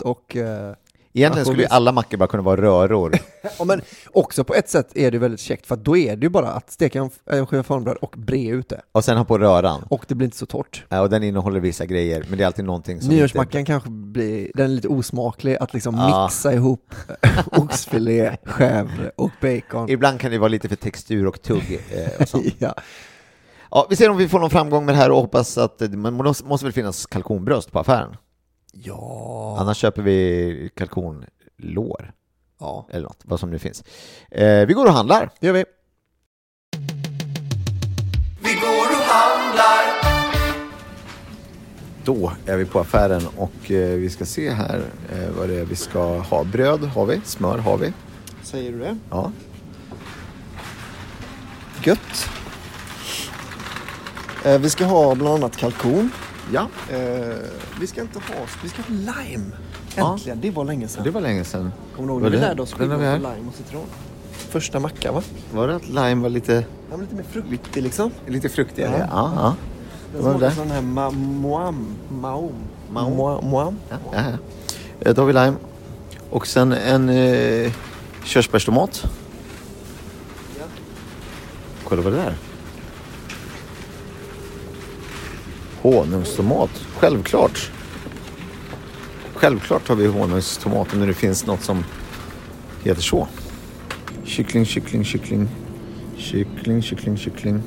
ja. och eh, Egentligen skulle ju alla mackor bara kunna vara röror. Ja, men också på ett sätt är det väldigt käckt för att då är det ju bara att steka en, en skiva formbröd och bre ut det. Och sen ha på röran. Och det blir inte så torrt. Ja, och den innehåller vissa grejer, men det är alltid någonting som Nyårsmackan kanske blir, den är lite osmaklig, att liksom mixa ihop eh, oxfilé, chèvre och bacon. Inte... Ibland kan det vara lite för textur och tugg eh, och sånt. Ja. Ja, vi ser om vi får någon framgång med det här och hoppas att eh, man måste, måste väl finnas kalkonbröst på affären. ja. Annars köper vi kalkonlår Ja, eller något, vad som nu finns. Eh, vi går och handlar. det gör vi. Vi går och handlar. Då är vi på affären och eh, vi ska se här eh, vad det är vi ska ha. Bröd har vi, smör har vi. Säger du det? Ja. Gött. Eh, vi ska ha bland annat kalkon. ja, Eh, vi ska inte ha, vi ska ha lime. Ja. Äntligen, det var länge sedan. det var länge sedan. Kommer du ihåg Var när vi det- lärde oss den har skillnaden vi här. på lime och citron? Första mackan va? Var det att lime var lite, Den var lite mer fruktig liksom. lite fruktigare? Ja. Ja, ja. Den Var det där? smakade som den här ma- moam, maom. Maom. Moa- Moam. ja, ja, ja. Eh, Då har vi lime. Och sen en eh, körsbärstomat. Kolla vad det är. Honungstomat, självklart. Självklart har vi honungstomat om det nu finns något som heter så. Kyckling, kyckling, kyckling. Kyckling, kyckling, kyckling.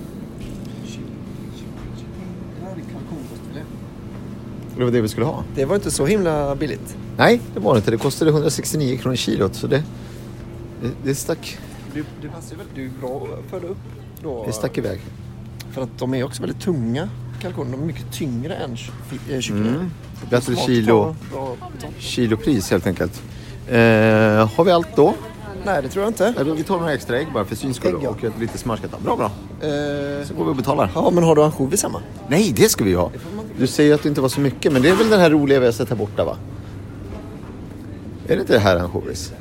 Det var det vi skulle ha. Det var inte så himla billigt. Nej, det var det inte. Det kostade 169 kronor kilot. Så det, det, det, stack, Du, du passar väl du bra att föda upp då? det stack iväg. För att de är också väldigt tunga kalkoner. De är mycket tyngre än ky- fi- eh, kycklingar. Det är alltså kilo, Bra- kilopris helt enkelt. Eh, har vi allt då? Nej, det tror jag inte. Eller vi tar några extra ägg bara för syns skull Ägg, ja. och ett lite smörskatta. Bra, bra. Eh, Så går vi och betalar. Ja, men har du ansjovis hemma? Nej, det ska vi ju ha. Du säger att det inte var så mycket, men det är väl den här roliga vi har sett här borta, va? Är det inte det här ansjovis?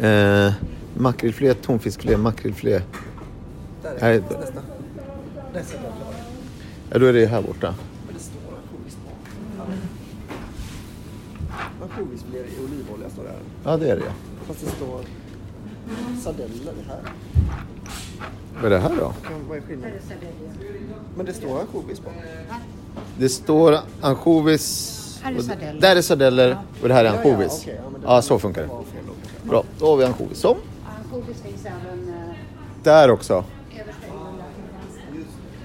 Eh, makrillfilé, tonfiskfilé, makrillfilé. Nej, ja, då är det här borta. Ansjovisfilé i olivolja står det här. Ja, det är det. Fast det står sardeller här. Vad är det här då? Kan- Vad är skillnaden? Men det står ansjovis på. Det står ansjovis. Här är sardeller. Där är sardeller och det här är ansjovis. Ja, ja, okej, ja, men det- Ja, så funkar det. Bra, då har vi ansjovis. Så. Ansjovis finns även eh, Där också. överst på hyllan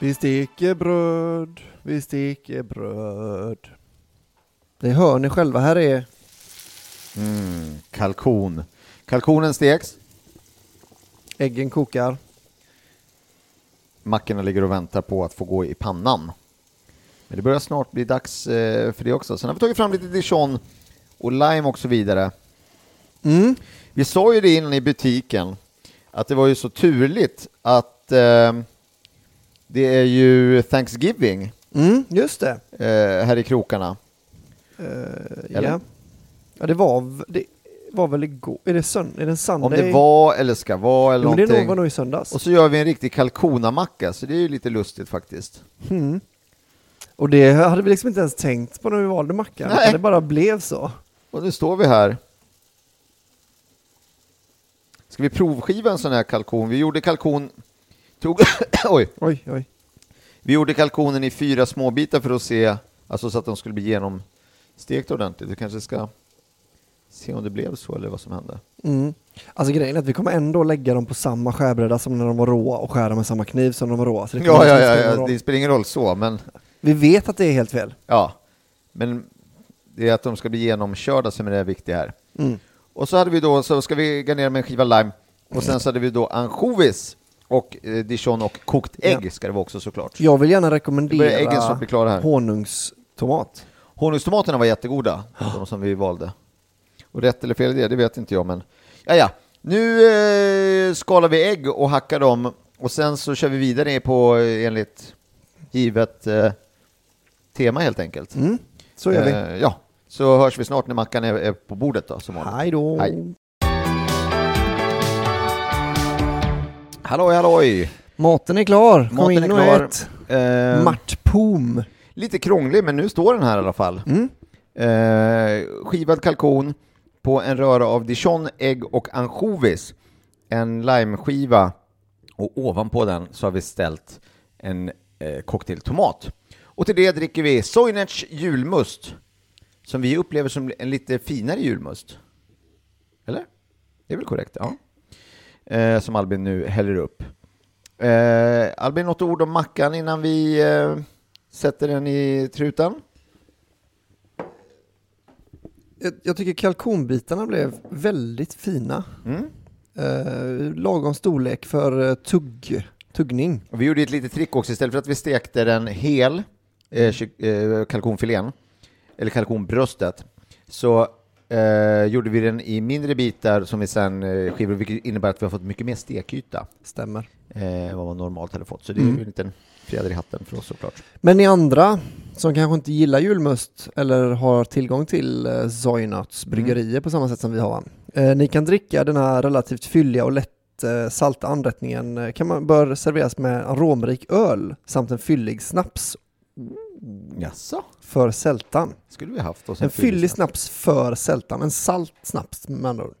Vi steker bröd, vi steker bröd. Det hör ni själva, här är Kalkon. Kalkonen steks, Äggen kokar. mackorna ligger och väntar på att få gå i pannan. Men det börjar snart bli dags eh, för det också. Sen har vi tagit fram lite dijon och lime och så vidare. Mm. Vi sa ju det innan i butiken, att det var ju så turligt att eh, det är ju Thanksgiving Mm, just det. eh, här i krokarna. Eller? Ja. ja, det var, v- det var väl igår? Är det, sönd- är det en söndag? Om det var eller ska vara eller jo, det någonting. var nog i söndags. Och, Och så gör vi en riktig kalkonamacka, så det är ju lite lustigt faktiskt. det hade vi liksom inte ens tänkt på när vi valde mackan. Nej. utan Det bara blev så. Och nu står vi här. Ska vi provskiva en sån här kalkon? Vi gjorde kalkon... Tog, oj, Oj, oj. vi gjorde kalkonen i fyra små bitar för att se, alltså så att de skulle bli genomstekt ordentligt. Vi kanske ska se om det blev så eller vad som hände. Mm. Alltså grejen är att vi kommer ändå lägga dem på samma skärbräda som när de var råa och skära med samma kniv som när de var råa. Så det kommer Ja, ja, liksom ja, inte spela någon ja, roll. det spelar ingen roll så, men Vi vet att det är helt fel. ja. Men det är att de ska bli genomkörda som är det viktiga här. Och så hade vi då, så ska vi garnera med en skiva lime och sen så hade vi då ansjovis och eh, dijon och kokt ägg ska det vara också såklart. Jag vill gärna börjar äggen snart bli klara rekommendera här. honungstomat. Honungstomaterna var jättegoda, de som vi valde. Och rätt eller fel i det, det vet inte jag men. Ja, ja. Nu eh, skalar vi ägg och hackar dem och sen så kör vi vidare på eh, enligt givet eh, tema helt enkelt. Mm. Så gör vi. Eh, ja, så hörs vi snart när mackan är, är på bordet då som vanligt. Hej då. Hej. Halloj, halloj! Maten är klar. Kom in och ät. Eh, Martpom. Lite krånglig, men nu står den här i alla fall. Eh, skivad kalkon på en röra av dijon, ägg och ansjovis. En limeskiva och ovanpå den så har vi ställt en eh, cocktail tomat. Och till det dricker vi Soinerts julmust som vi upplever som en lite finare julmust. Eller? Det är väl korrekt? Ja. Eh, som Albin nu häller upp. Eh, Albin, något ord om mackan innan vi eh, sätter den i truten? Jag, jag tycker kalkonbitarna blev väldigt fina. Mm. Eh, lagom storlek för eh, tugg, tuggning. Och vi gjorde ett litet trick också, istället för att vi stekte den hel, eh, kyck- eh, kalkonfilén, eller kalkonbröstet, så eh, gjorde vi den i mindre bitar som vi sen eh, skivade, vilket innebär att vi har fått mycket mer stekyta Stämmer. eh, än vad man normalt hade fått. Så det är ju en liten fjäder i hatten för oss såklart. Men ni andra som kanske inte gillar julmust eller har tillgång till eh, Zoinuts bryggerier på samma sätt som vi har. Eh, ni kan dricka den här relativt fylliga och lätt eh, salta anrättningen eh, kan man, bör serveras med aromrik öl samt en fyllig snaps Jaså? för sältan. Skulle vi haft oss En fyllig snaps för sältan, en salt snaps med andra ord.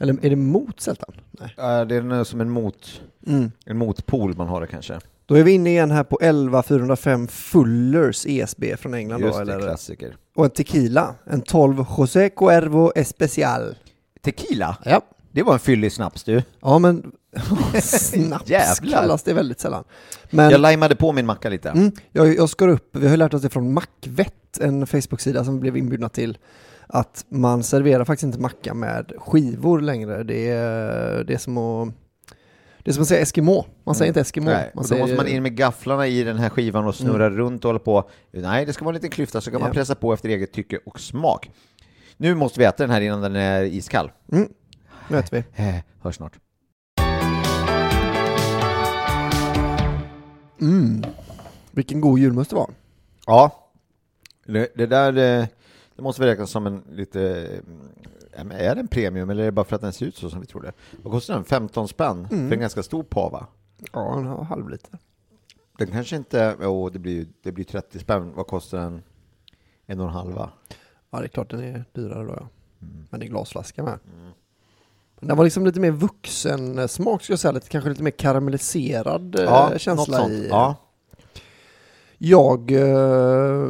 Eller är det mot sältan? Nej. Eh, det är nog som en, mot, Mm. en motpol man har det kanske. Då är vi inne igen här på 11405 Fullers ESB från England Just då, det, eller klassiker. Och en tequila. En 12 José Cuervo Especial. Tequila? Ja. Det var en fyllig snaps du. Ja men snaps Jävlar. kallas det väldigt sällan. Men Jag jag, limeade på min macka lite. mm, jag, jag skar upp, vi har lärt oss det från Macvett, en Facebook-sida som vi blev inbjudna till. Att man serverar faktiskt inte macka med skivor längre. Det är, det är som att det är som att säga Eskimo. Man säger inte Eskimo. Mm. Nej, man och då säger, Mm. måste man in med gafflarna i den här skivan och snurra runt och hålla på. Nej, det ska vara en liten klyfta så kan man Ja. pressa på efter eget tycke och smak. Nu måste vi äta den här innan den är iskall. Mm, nu äter vi. Eh, hörs snart. Mm. Vilken god julmust det var. Ja, det, det där eh, det måste vi räknas som en lite... eh, men Är den premium eller är det bara för att den ser ut så som vi trodde? Vad kostar den? 15 spänn Mm. för en ganska stor pava. Ja, en halv liter. Den kanske inte... Åh, det blir ju det blir 30 spänn. Vad kostar den? En och en halva. Ja, det är klart den är dyrare då ja. Men det är glasflaska med. Men Den var liksom lite mer vuxen eh, smak skulle jag säga, lite, kanske lite mer karamelliserad eh, känsla i. Ja. Jag, eh,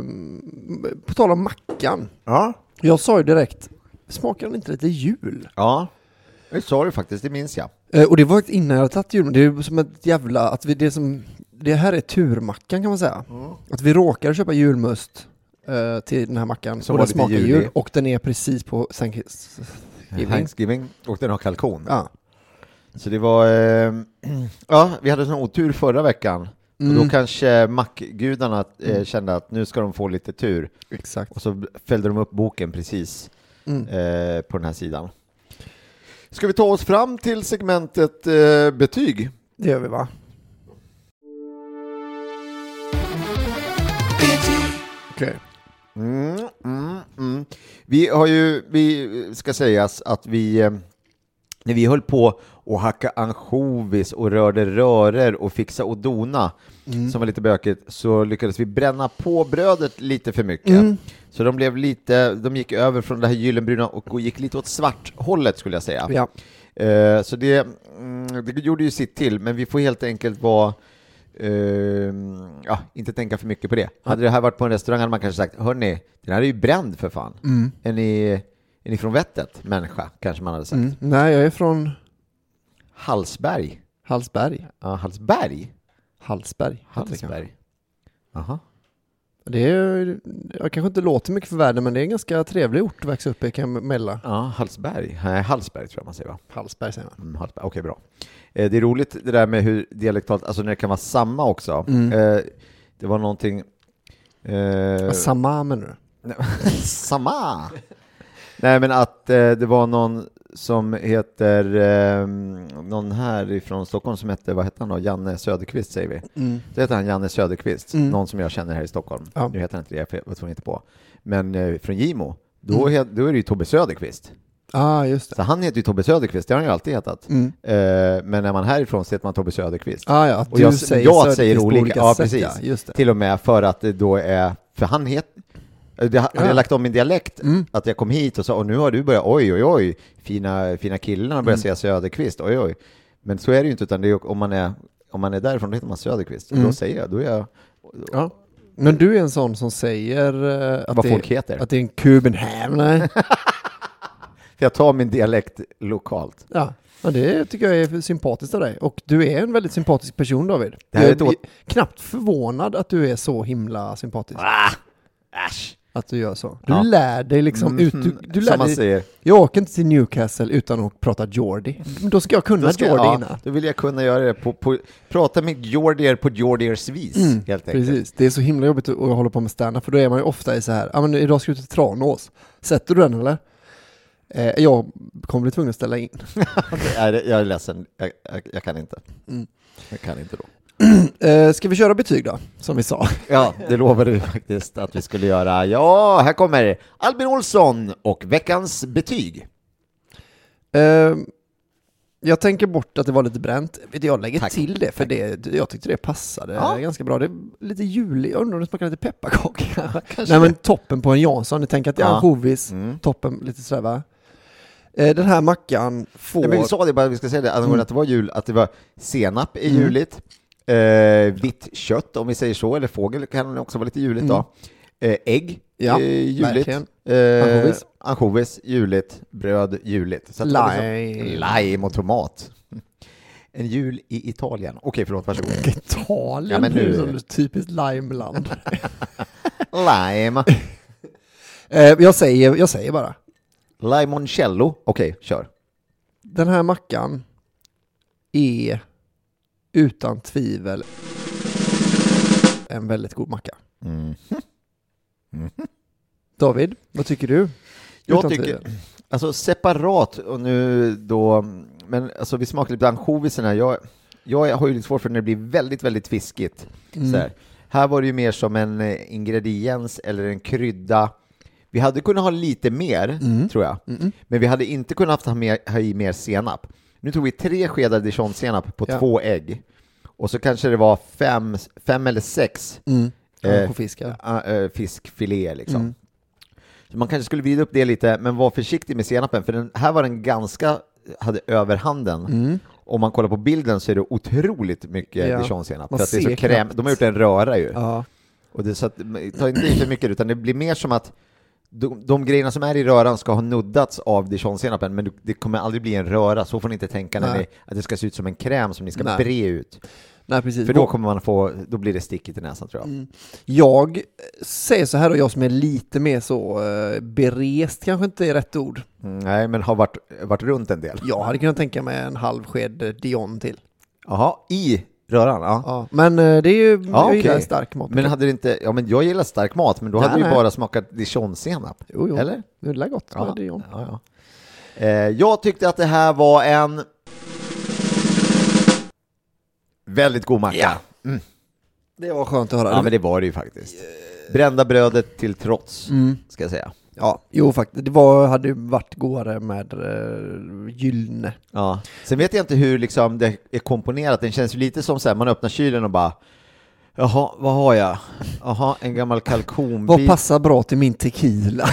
på tal om mackan, ja. jag sa ju direkt, smakar den inte lite jul? Ja, det sa du faktiskt, det minns jag. Eh, och det var innan jag hade tagit jul, det är ju som ett jävla, Mm. att vi, det, är som, det här är turmackan kan man säga. Att vi råkade köpa julmust eh, till den här mackan. Som och var den lite smakar Äh, julig. jul och den är precis på Sankt Giving. Thanksgiving och den har kalkon. Ja. Så det var, eh, ja, vi hade sån otur förra veckan. Och då kanske mackgudarna eh, kände att nu ska de få lite tur. Exakt. Och så fällde de upp boken precis eh, på den här sidan. Ska vi ta oss fram till segmentet eh, betyg? Det gör vi va? Okej. Mm, mm, mm. Vi har ju, vi ska sägas att vi, eh, när vi höll på och hacka ansjovis och rörde rörer och fixa och dona, som var lite bökigt, så lyckades vi bränna på brödet lite för mycket. Så de blev lite, de gick över från det här gyllenbruna och gick lite åt svarthållet skulle jag säga. Ja. Eh, så det, mm, det gjorde ju sitt till, men vi får helt enkelt vara Ehm, ja, inte tänka för mycket på det. Hade det här varit på en restaurang hade man kanske sagt, hörni, den här är ju bränd för fan. Är, ni, är ni från vettet, människa? Kanske man hade sagt. Mm. Nej, jag är från Hallsberg? Hallsberg. Ja, Hallsberg? Hallsberg. heter det kanske. Hallsberg. Aha. Det är, jag kanske inte låter mycket för världen, men det är en ganska trevlig ort att växa upp i, kan jag mella. Ja, Hallsberg. Nej, Hallsberg tror jag man säger va? Hallsberg säger man. Mm, Hallsberg. Okej, bra. Eh, det är roligt det där med hur dialektalt, alltså när det kan vara samma också. Eh, det var någonting... eh, Samma menar du? Samma! Nej men att eh, det var någon som heter, eh, någon här ifrån Stockholm som hette, vad hette han då, Janne Söderqvist säger vi. Då hette han Janne Söderqvist, någon som jag känner här i Stockholm. Mm. Ja. Nu heter han inte det, för jag var tvungen inte på. Men eh, från Gimo, Mm. då, het, då är det ju Tobbe Söderqvist. Ja, ah, just det. Så han heter ju Tobbe Söderqvist, det har han ju alltid hetat. Eh, men när man är härifrån så heter man Tobbe Söderqvist. Ah, Mm. ja, att Och du jag, säger jag Söderqvist säger på olika, olika ja sätt, precis. ja, just det. Till och med för att det då är, för han heter, det, hade Ja. Mm. jag lagt om min dialekt, att jag kom hit och sa och nu har du börjat, oj oj oj, fina, fina killarna börjar Mm. säga Söderqvist, oj oj. Men så är det ju inte, utan det är, ju- om, man är, om man är därifrån då heter man Söderqvist. Mm. Och då säger jag, då är jag, Ja. Men du är en sån som säger eh, att, Vad det, folk heter. att det är en Kubenhamn. för jag tar min dialekt lokalt. ja. ja, det tycker jag är sympatiskt av dig. Och du är en väldigt sympatisk person David. Det här jag är ett å- knappt förvånad att du är så himla sympatisk. Äsch! Att du gör så. Du Ja. Mm. lär dig liksom ut. Du, du lär Som man dig, säger. Jag åker inte till Newcastle utan att prata Geordie. Men Då ska jag kunna Då, ska, Geordie jag- ja, innan. då vill jag kunna göra det på, på prata med Jordier på Jordiers vis, helt enkelt. Mm, Precis, det är så himla jobbigt att att hålla på med standup för då är man ju ofta i så här, ja men idag ska du till Tranås, sätter du den eller? Eh, jag kommer bli tvungen att ställa in. Nej, det- jag är ledsen, jag, jag, jag kan inte. Mm. Jag kan inte då. Eh, ska vi köra betyg då, som vi sa? Ja, det lovade vi faktiskt att vi skulle göra. Ja, här kommer Albin Olsson och veckans betyg. Eh, jag tänker bort att det var lite bränt, Vet du, jag lägger Tack. till det för det, jag tyckte det passade Ja. ganska bra. Det är lite julig, jag undrar om det smakar lite pepparkaka? Nej men toppen på en Jansson, ni tänker att det är Ja. Mm. ansjovis, toppen lite sådär va? Eh, den här mackan får... Nej, men liksom- vi sa det bara, vi ska säga det, Mm. angående att det var jul, att det var senap är juligt, eh, vitt kött om vi säger så, eller fågel kan också vara lite juligt då. Eh, ägg, Mm. Ja, eh, juligt. verkligen. Eh, Ansjovis. Ansjovis, juligt. Bröd, juligt. Så att det var liksom Lime. lime och tomat. En jul i Italien. Okej, förlåt, varsågod. Italien Ja, men nu, nu- som ett typiskt limeland. Lime. eh, jag, säger, jag säger bara, Limoncello. Okej, kör. den här mackan är utan tvivel en väldigt god macka. Mm. David, vad tycker du? Jag Utan tycker, tvivel. alltså separat och nu då, men alltså vi smakar lite ansjovisen här. Jag, jag har ju lite svårt för när det blir väldigt, väldigt fiskigt. Så här. här var det ju mer som en eh, ingrediens eller en krydda. Vi hade kunnat ha lite mer, tror jag, men vi hade inte kunnat haft ha, mer, ha i mer senap. Nu tog vi tre skedar dijonsenap på Ja. två ägg och så kanske det var fem, fem eller sex eh, Ansjofiskar. a- eh, fiskfilé liksom. Mm. Så man kanske skulle vrida upp det lite, men var försiktig med senapen, för den här var den ganska, hade överhanden. Om man kollar på bilden så är det otroligt mycket Mm. Ja. dijonsenap, Man för att det är ser så kräm, knappt. de har gjort en röra ju. Ja. Och det, så att, ta inte i för mycket, utan det blir mer som att de, de grejerna som är i röran ska ha nuddats av dijonsenapen, men det kommer aldrig bli en röra, så får ni inte tänka när Nej. ni, att det ska se ut som en kräm som ni ska Nej. bre ut. Nej, precis. För då kommer man få, då blir det stickigt i näsan tror jag. Jag säger så här och jag som är lite mer så eh, berest kanske inte är rätt ord. Mm, Nej, men har varit, varit runt en del. Jag hade kunnat tänka mig en halv sked eh, Dion till. Jaha, i röran? Ja. Ja, men eh, det är ju, jag okej. gillar stark mat. Men hade det inte, ja men jag gillar stark mat, men då hade Nej, du nej. bara smakat dijonsenap. jo, jo. Eller? Det är gott med Dion. ja, ja. Eh, jag tyckte att det här var en väldigt god macka. Ja, Det var skönt att höra. men det var det ju faktiskt. Brända brödet till trots, Mm. ska jag säga. Ja, jo faktiskt. Det var, hade ju varit godare med uh, gyllene. Ja. Sen vet jag inte hur liksom det är komponerat, den känns ju lite som så här, man öppnar kylen och bara Jaha, vad har jag? Jaha, en gammal Vad kalkonbit. passar bra till min tequila?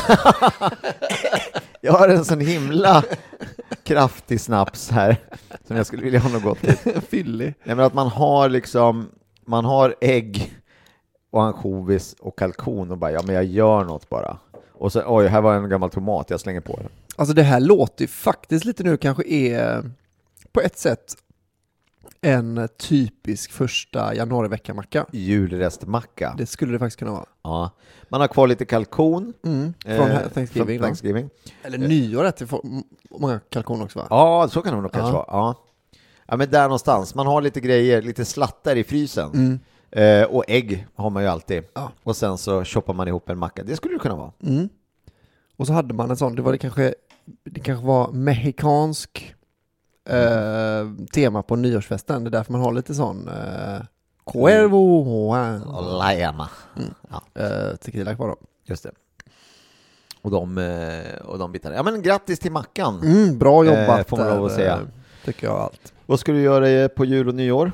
Jag har en sån himla kraftig snaps här som jag skulle vilja ha något gott till. Fyllig. Nej men att man har liksom, man har ägg och ansjovis och kalkon och bara ja men jag gör något bara. Och så oj, här var en gammal tomat, jag slänger på den. Alltså det här låter ju faktiskt lite nu kanske är på ett sätt en typisk första januariveckamacka. Julrestmacka. Det skulle det faktiskt kunna vara. Ja. Man har kvar lite kalkon. eh, Från här- Thanksgiving, Från va? Thanksgiving. Eller nyår äter folk- m- många kalkoner också va? Ja, så kan det nog kanske vara. Ja. ja, men där någonstans. Man har lite grejer, lite slattar i frysen. Eh, och ägg har man ju alltid. Mm. Ja. Och sen så choppar man ihop en macka. Det skulle det kunna vara. Mm. Och så hade man en sån, det var det kanske, det kanske var mexikansk Mm. eh, tema på nyårsfesten. Det är därför man har lite sån eh, Cuervo Juan Och lajama. eh, tequila kvar då. Just det. Och de, eh, och de bitarna. Ja men grattis till mackan. Mm, bra Eh, jobbat får man lov där, att säga. eh, Tycker jag allt. Vad ska du göra eh, på jul och nyår?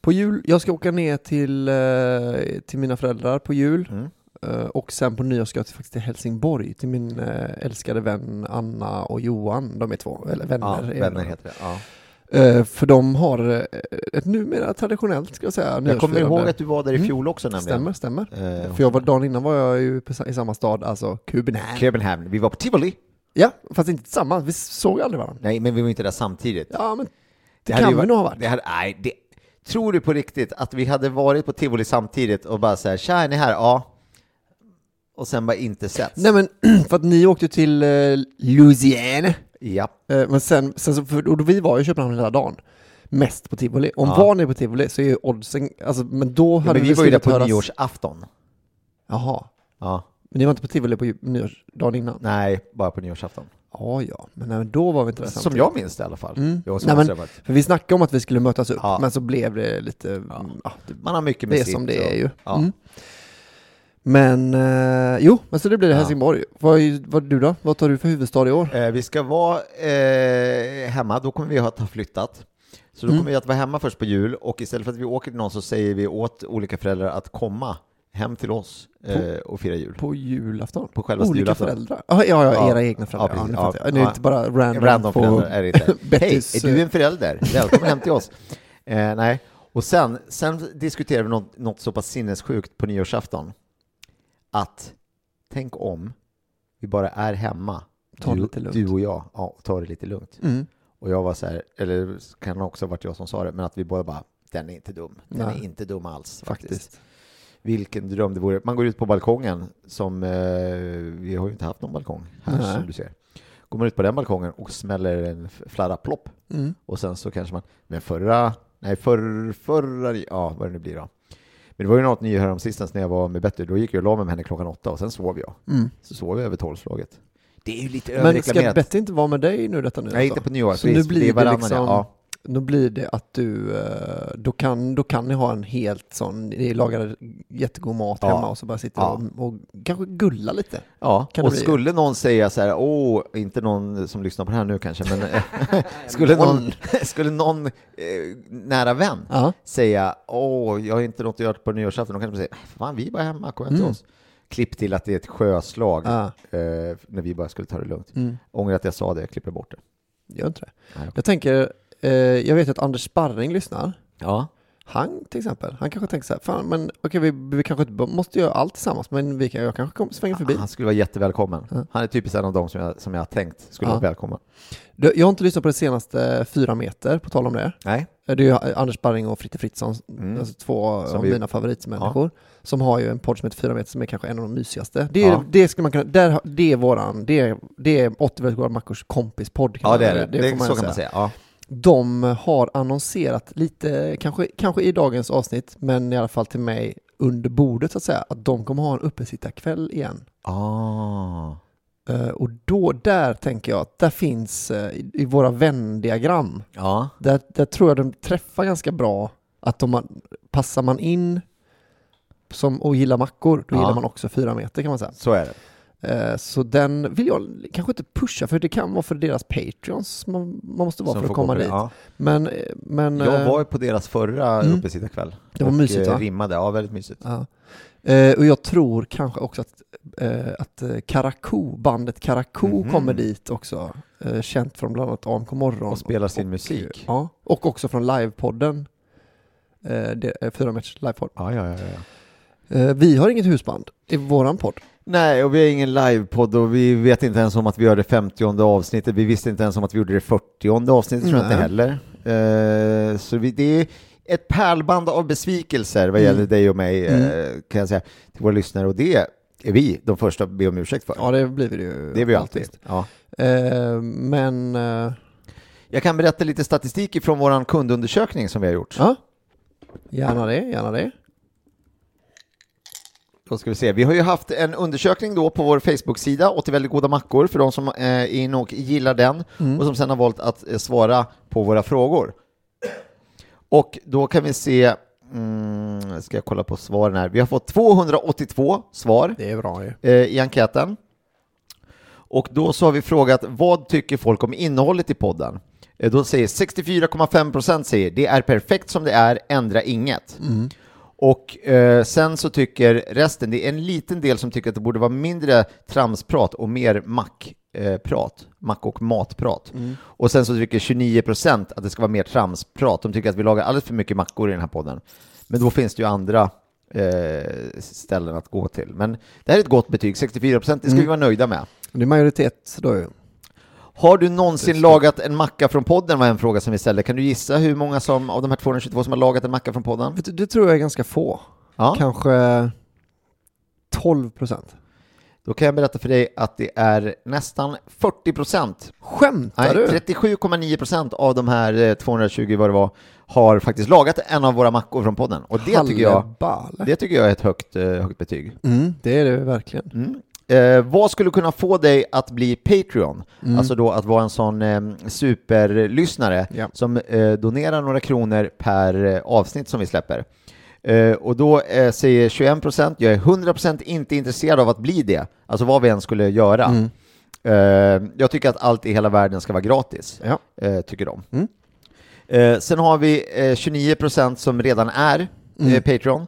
På jul, jag ska åka ner till, eh, till mina föräldrar på jul. Mm. Eh, och sen på nyår ska jag till, faktiskt till Helsingborg till min eh, älskade vän Anna och Johan. De är två, eller vänner. Ja, är de. vänner heter det. Ja. Eh, för de har eh, ett numera traditionellt, ska jag säga, Jag kommer nyårsfirande. ihåg att du var där i fjol också nämligen. Mm. Stämmer, stämmer. Eh, För jag var, dagen innan var jag ju på sa- i samma stad, alltså Kubenhamn. Köpenhamn. Vi var på Tivoli. Ja, fast inte tillsammans, vi såg aldrig varandra. Nej, men vi var inte där samtidigt. Ja, men det, hade kan ju vi varit- nog ha varit. Det hade, nej, det, tror du på riktigt att vi hade varit på Tivoli samtidigt och bara såhär, tja är ni här? Ja. Och sen bara inte setts. Nej men, för att ni åkte till eh, Louisiana. Ja. Eh, men sen, sen så, för, och vi var i Köpenhamn hela dagen. Mest på Tivoli. Om Ja. var ni på Tivoli så är ju oddsen, alltså men då ja hade men vi var ju där slutat på höras. nyårsafton. Jaha. Ja. Men ni var inte på Tivoli på ju- nyårsdagen innan? Nej, bara på nyårsafton. Ja, ja. Men nej, men då var vi inte där Som samtidigt. Mm. jag minns det i alla fall. Jo, så måste det Nej, men, ha varit. för vi snackade om att vi skulle mötas upp, Ja. men så blev det lite... mm, Ja. det, Man har mycket med det är sitt som det och- är ju. Ja. Mm. Men eh, jo, men så det blir det Helsingborg. Vad, är- vad du då? Vad tar du för huvudstad i år? Eh, vi ska vara eh, hemma, då kommer vi att ha flyttat. Så Mm. då kommer vi att vara hemma först på jul och istället för att vi åker till någon så säger vi åt olika föräldrar att komma hem till oss eh, och fira jul. På julafton? På självaste Olika julafton. föräldrar? Ah, ja, ja, Ja. era egna Ja, föräldrar. Ja, precis. nu Ja. fattar jag. Nu är Ja. det inte bara random, Random på- eh, föräldrar är det inte. Hej, Bettys, är du en förälder? Välkommen hem till oss. Eh, nej. Och sen, sen diskuterar vi något, något så pass sinnessjukt på nyårsafton att tänk om vi bara är hemma, Ta det du, lite lugnt. du och jag, ja, och tar det lite lugnt. Mm. Och jag var så här, eller kan det också ha varit jag som sa det, men att vi båda bara, den är inte dum. Den Nej. är inte dum alls faktiskt. Faktiskt. Vilken dröm det vore. Man går ut på balkongen som, eh, vi har ju inte haft någon balkong här Nej. som du ser. Går man ut på den balkongen och smäller en f- fladda plopp Mm. och sen så kanske man, men förra, nej förr, förra, ja vad det nu blir då. Men det var ju något ny häromsistens när jag var med Betty, då gick jag och la mig med henne klockan åtta och sen sov jag. Mm. Så sov jag över tolvslaget. Det är ju lite Men ska överreklamerat. Betty inte vara med dig nu detta nu? Nej, inte alltså? på nyår. Så nu precis. blir är det, varannan, liksom, ja. nu blir det att du, eh, då kan, då kan ni ha en helt sån, ni lagar jättegod mat Ja. hemma och så bara sitter Ja. och, och kanske gulla lite. Ja, Kan och det bli? skulle någon säga så här, åh, inte någon som lyssnar på det här nu kanske, men eh, skulle någon, skulle någon eh, nära vän Ja. säga, åh, jag har inte något att göra på nyårsafton, då kanske man säger, fan, vi är bara hemma, kom hem till oss. Klipp till att det är ett sjöslag Mm. Ja. Mm. eh, när vi bara skulle ta det lugnt. Ångrar att jag sa det, jag klipper bort det. Gör inte det. Nej. Jag tänker, eh, jag vet att Anders Sparring lyssnar. Ja. Han till exempel, han kanske tänker så här, fan men okej vi, vi kanske inte b- måste göra allt tillsammans men vi kan, jag kanske kommer svänga förbi. Ah, Han skulle vara jättevälkommen. Han är typiskt en av dem som jag, som jag har tänkt skulle Ja. vara välkommen. Du, Jag har inte lyssnat på det senaste fyra meter, på tal om det. Nej. Eh, Det är ju Anders Barring och Fritte Fritzson, Mm. alltså två Som av vi- mina favoritmänniskor, som har ju en podd som heter 4 meter som är kanske en av de mysigaste. Det, är, Ja. det skulle man kunna, där, har- det är våran, det är, det är 80 väldigt goda mackors kompispodd. kan Ja, man- det är det. det får så kan man säga. Ja. de har annonserat lite, kanske, kanske i dagens avsnitt, men i alla fall till mig under bordet så att säga, att de kommer ha en uppesittarkväll igen. Ah. Eh, och då, där tänker jag att där finns, eh, i, i våra vändiagram, Ja. där, där tror jag de träffar ganska bra att de har, passar man in som, och gillar mackor, då Ja. gillar man också fyra meter kan man säga. Så är det. Eh, så den vill jag kanske inte pusha för det kan vara för deras patreons man, man måste vara Som för får att gå komma på det. dit. Ja. Men, eh, men... Jag eh, var ju på deras förra Mm. uppesittarkväll. Det var och, mysigt, eh, va? rimmade, ja väldigt mysigt. Ja. Eh, och jag tror kanske också att, eh, att eh, Karakou, bandet Karakou Mhm. kommer dit också. Eh, känt från bland annat AMK Morgon. Och spelar sin musik. Ja, och också från livepodden. Eh, det, eh, fyra match livepodd. Ja, ja, ja, ja. Eh, vi har inget husband i våran podd. Nej, och vi har ingen livepodd och vi vet inte ens om att vi gör det 50 avsnittet. Vi visste inte ens om att vi gjorde det 40 avsnittet, tror jag Nej. inte heller. Eh, så vi, det är ett pärlband av besvikelser vad gäller Mm. dig och mig, eh, kan jag säga, till våra lyssnare. Och det är vi de första att be om ursäkt för. Ja, det blir vi ju. det är vi ju alltid. Ja. Eh, men... Eh, Jag kan berätta lite statistik från vår kundundersökning som vi har gjort. ja. Gärna det, gärna det. Då ska vi se. Vi har ju haft en undersökning då på vår Facebook-sida, 80 väldigt goda mackor, för de som eh, är in och gillar den och som sedan har valt att eh, svara på våra frågor. Och då kan vi se, mm, ska jag kolla på svaren här. Vi har fått 282 svar Det är bra ju. eh, i enkäten. Och då så har vi frågat vad tycker folk om innehållet i podden? Eh, Då säger 64,5 procent säger det är perfekt som det är, ändra inget. Och eh, sen så tycker resten, det är en liten del som tycker att det borde vara mindre tramsprat och mer mack. eh, Prat, mack och matprat. Och sen så tycker 29 procent att det ska vara mer tramsprat. De tycker att vi lagar alldeles för mycket mackor i den här podden. Men då finns det ju andra eh, ställen att gå till. Men det här är ett gott betyg, 64 procent, det ska vi vara nöjda med. Det är majoritet då ju. Har du någonsin lagat en macka från podden var en fråga som vi ställde. Kan du gissa hur många som, av de här 222 som har lagat en macka från podden? Vet du, det tror jag är ganska få. Ja. Kanske 12 procent. Då kan jag berätta för dig att det är nästan 40 procent, nej Skämtar du? 37,9 procent av de här eh, 220 vad det var, har faktiskt lagat en av våra mackor från podden. Och det tycker jag, Hallebale. det tycker jag är ett högt, eh, högt betyg. Mm, det är det verkligen. Eh, vad skulle kunna få dig att bli Patreon? Mm. Alltså då att vara en sån eh, superlyssnare Ja. som eh, donerar några kronor per eh, avsnitt som vi släpper. Eh, och då eh, säger 21 procent, jag är 100 procent inte intresserad av att bli det, alltså vad vi än skulle göra. Mm. Eh, jag tycker att allt i hela världen ska vara gratis, Ja. Mm. eh, tycker de. Eh, sen har vi eh, 29 procent som redan är Mm. eh, Patreon.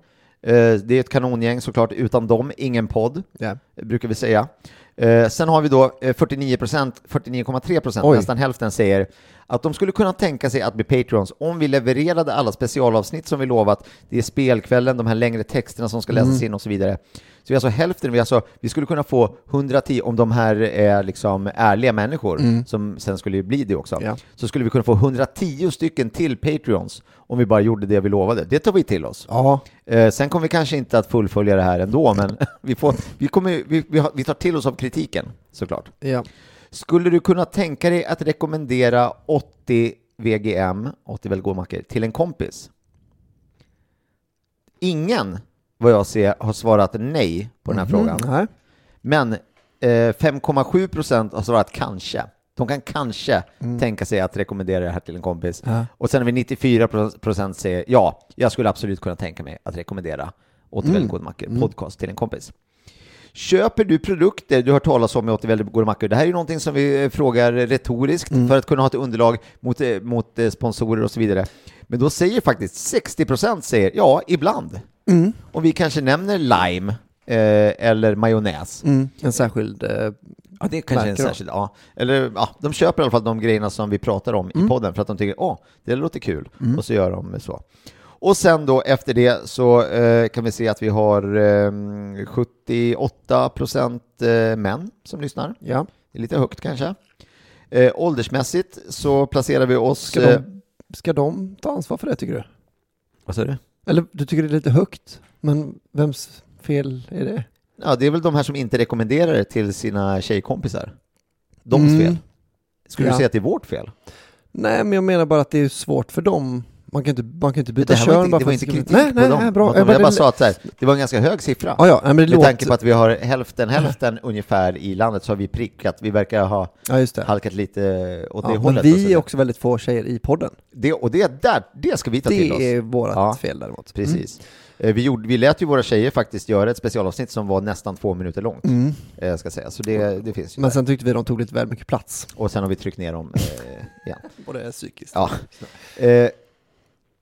Eh, det är ett kanongäng såklart, utan dem ingen podd Ja. brukar vi säga. Eh, sen har vi då eh, 49 procent, 49,3 procent, Oj. nästan hälften säger att de skulle kunna tänka sig att bli Patreons om vi levererade alla specialavsnitt som vi lovat. Det är spelkvällen, de här längre texterna som ska Mm. läsas in och så vidare. Så vi är alltså hälften, vi, är alltså, vi skulle kunna få 110, om de här är liksom ärliga människor, som sen skulle ju bli det också, Mm. Ja. så skulle vi kunna få 110 stycken till Patreons om vi bara gjorde det vi lovade. Det tar vi till oss. ja. Eh, sen kommer vi kanske inte att fullfölja det här ändå, men vi, får, vi, kommer, ju- vi, vi, har, vi tar till oss av kritiken såklart. ja. Skulle du kunna tänka dig att rekommendera 80 VGM, 80 välgåmackor, till en kompis? Ingen, vad jag ser, har svarat nej på den här frågan. Nej. Men eh, 5,7 procent har svarat kanske. De kan kanske tänka sig att rekommendera det här till en kompis. Ja. Och sen har vi 94 procent säger ja, jag skulle absolut kunna tänka mig att rekommendera åt mm. väldigt goda mackor podcast till en kompis. Köper du produkter du har hört talas om i åt väldigt goda mackor? Det här är ju någonting som vi eh, frågar retoriskt för att kunna ha ett underlag mot, eh, mot eh, sponsorer och så vidare. Men då säger faktiskt 60 procent säger ja, ibland. Och vi kanske nämner lime eh, eller majonnäs. Mm. En särskild... Eh, Ja, det kanske är en Märker då. särskild, ja. Eller ja, de köper i alla fall de grejerna som vi pratar om Mm. i podden för att de tycker åh, det låter kul. Och så gör de så. Och sen då efter det så eh, kan vi se att vi har eh, 78% eh, män som lyssnar. ja. Det är lite högt kanske. Eh, åldersmässigt så placerar vi oss... Ska de eh, ska de ta ansvar för det tycker du? Vad säger du? Eller du tycker det är lite högt, men vems fel är det? Ja, det är väl de här som inte rekommenderar det till sina tjejkompisar. Doms Mm. fel. Skulle du Ja. säga att det är vårt fel? Nej, men jag menar bara att det är svårt för dem. Man kan inte, man kan inte byta det här var kön inte, bara det för var att inte det ska kritik bli- nej, på nej, dem. Nej, bra. Eh, Jag men bara det- sa att så här, det var en ganska hög siffra. Ja, ja, nej, men det Med låter... tanke på att vi har hälften hälften ungefär i landet så har vi prickat, vi verkar ha Ja, just det. halkat lite åt det Ja, men hållet. alltså. vi är och, också väldigt få tjejer i podden. det, och det, där, det ska vi ta till oss. Det är mm. vårat Ja. fel däremot. Mm. Precis. Eh, Vi, gjorde, vi lät ju våra tjejer faktiskt göra ett specialavsnitt som var nästan två minuter långt. eh, Ska säga. Så det, det finns ju. Mm. Men där. sen tyckte vi de tog lite väl mycket plats. Och sen har vi tryckt ner dem eh, igen. Både psykiskt. Ja. Eh,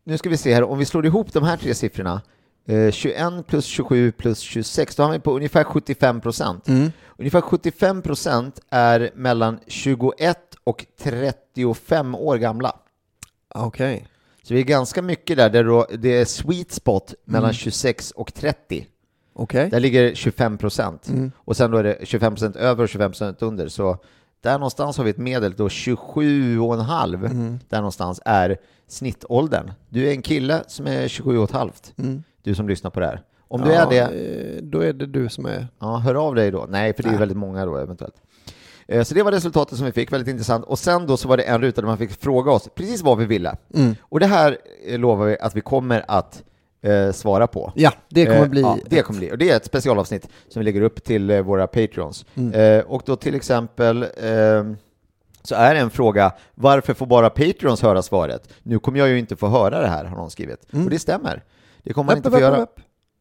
nu ska vi se här, om vi slår ihop de här tre siffrorna, eh, 21 plus 27 plus 26, då har vi på ungefär 75 procent. Ungefär 75 procent är mellan 21 och 35 år gamla. Ah, Okej. Så vi är ganska mycket där, där då, det är sweet spot mellan 26 och 30. Okej. Där ligger 25 procent. Och sen då är det 25 procent över och 25 procent under. Så där någonstans har vi ett medel då 27,5. Där någonstans är snittåldern. Du är en kille som är 27,5. Du som lyssnar på det här. Om du är Ja, det, eh, Då är det du som är... ja, hör av dig då. Nej, för det är ju väldigt många då eventuellt. Eh, Så det var resultatet som vi fick, väldigt intressant. Och sen då så var det en ruta där man fick fråga oss precis vad vi ville. Och det här eh, lovar vi att vi kommer att eh, svara på. Ja, det kommer Eh, bli... ja, det kommer bli. Och det är ett specialavsnitt som vi lägger upp till eh, våra Patreons. Mm. Eh, och då till exempel ehm, så är det en fråga, varför får bara Patreons höra svaret? Nu kommer jag ju inte få höra det här, har någon skrivit. Mm. Och det stämmer. Det kommer man Upp, inte upp, få upp, göra. upp.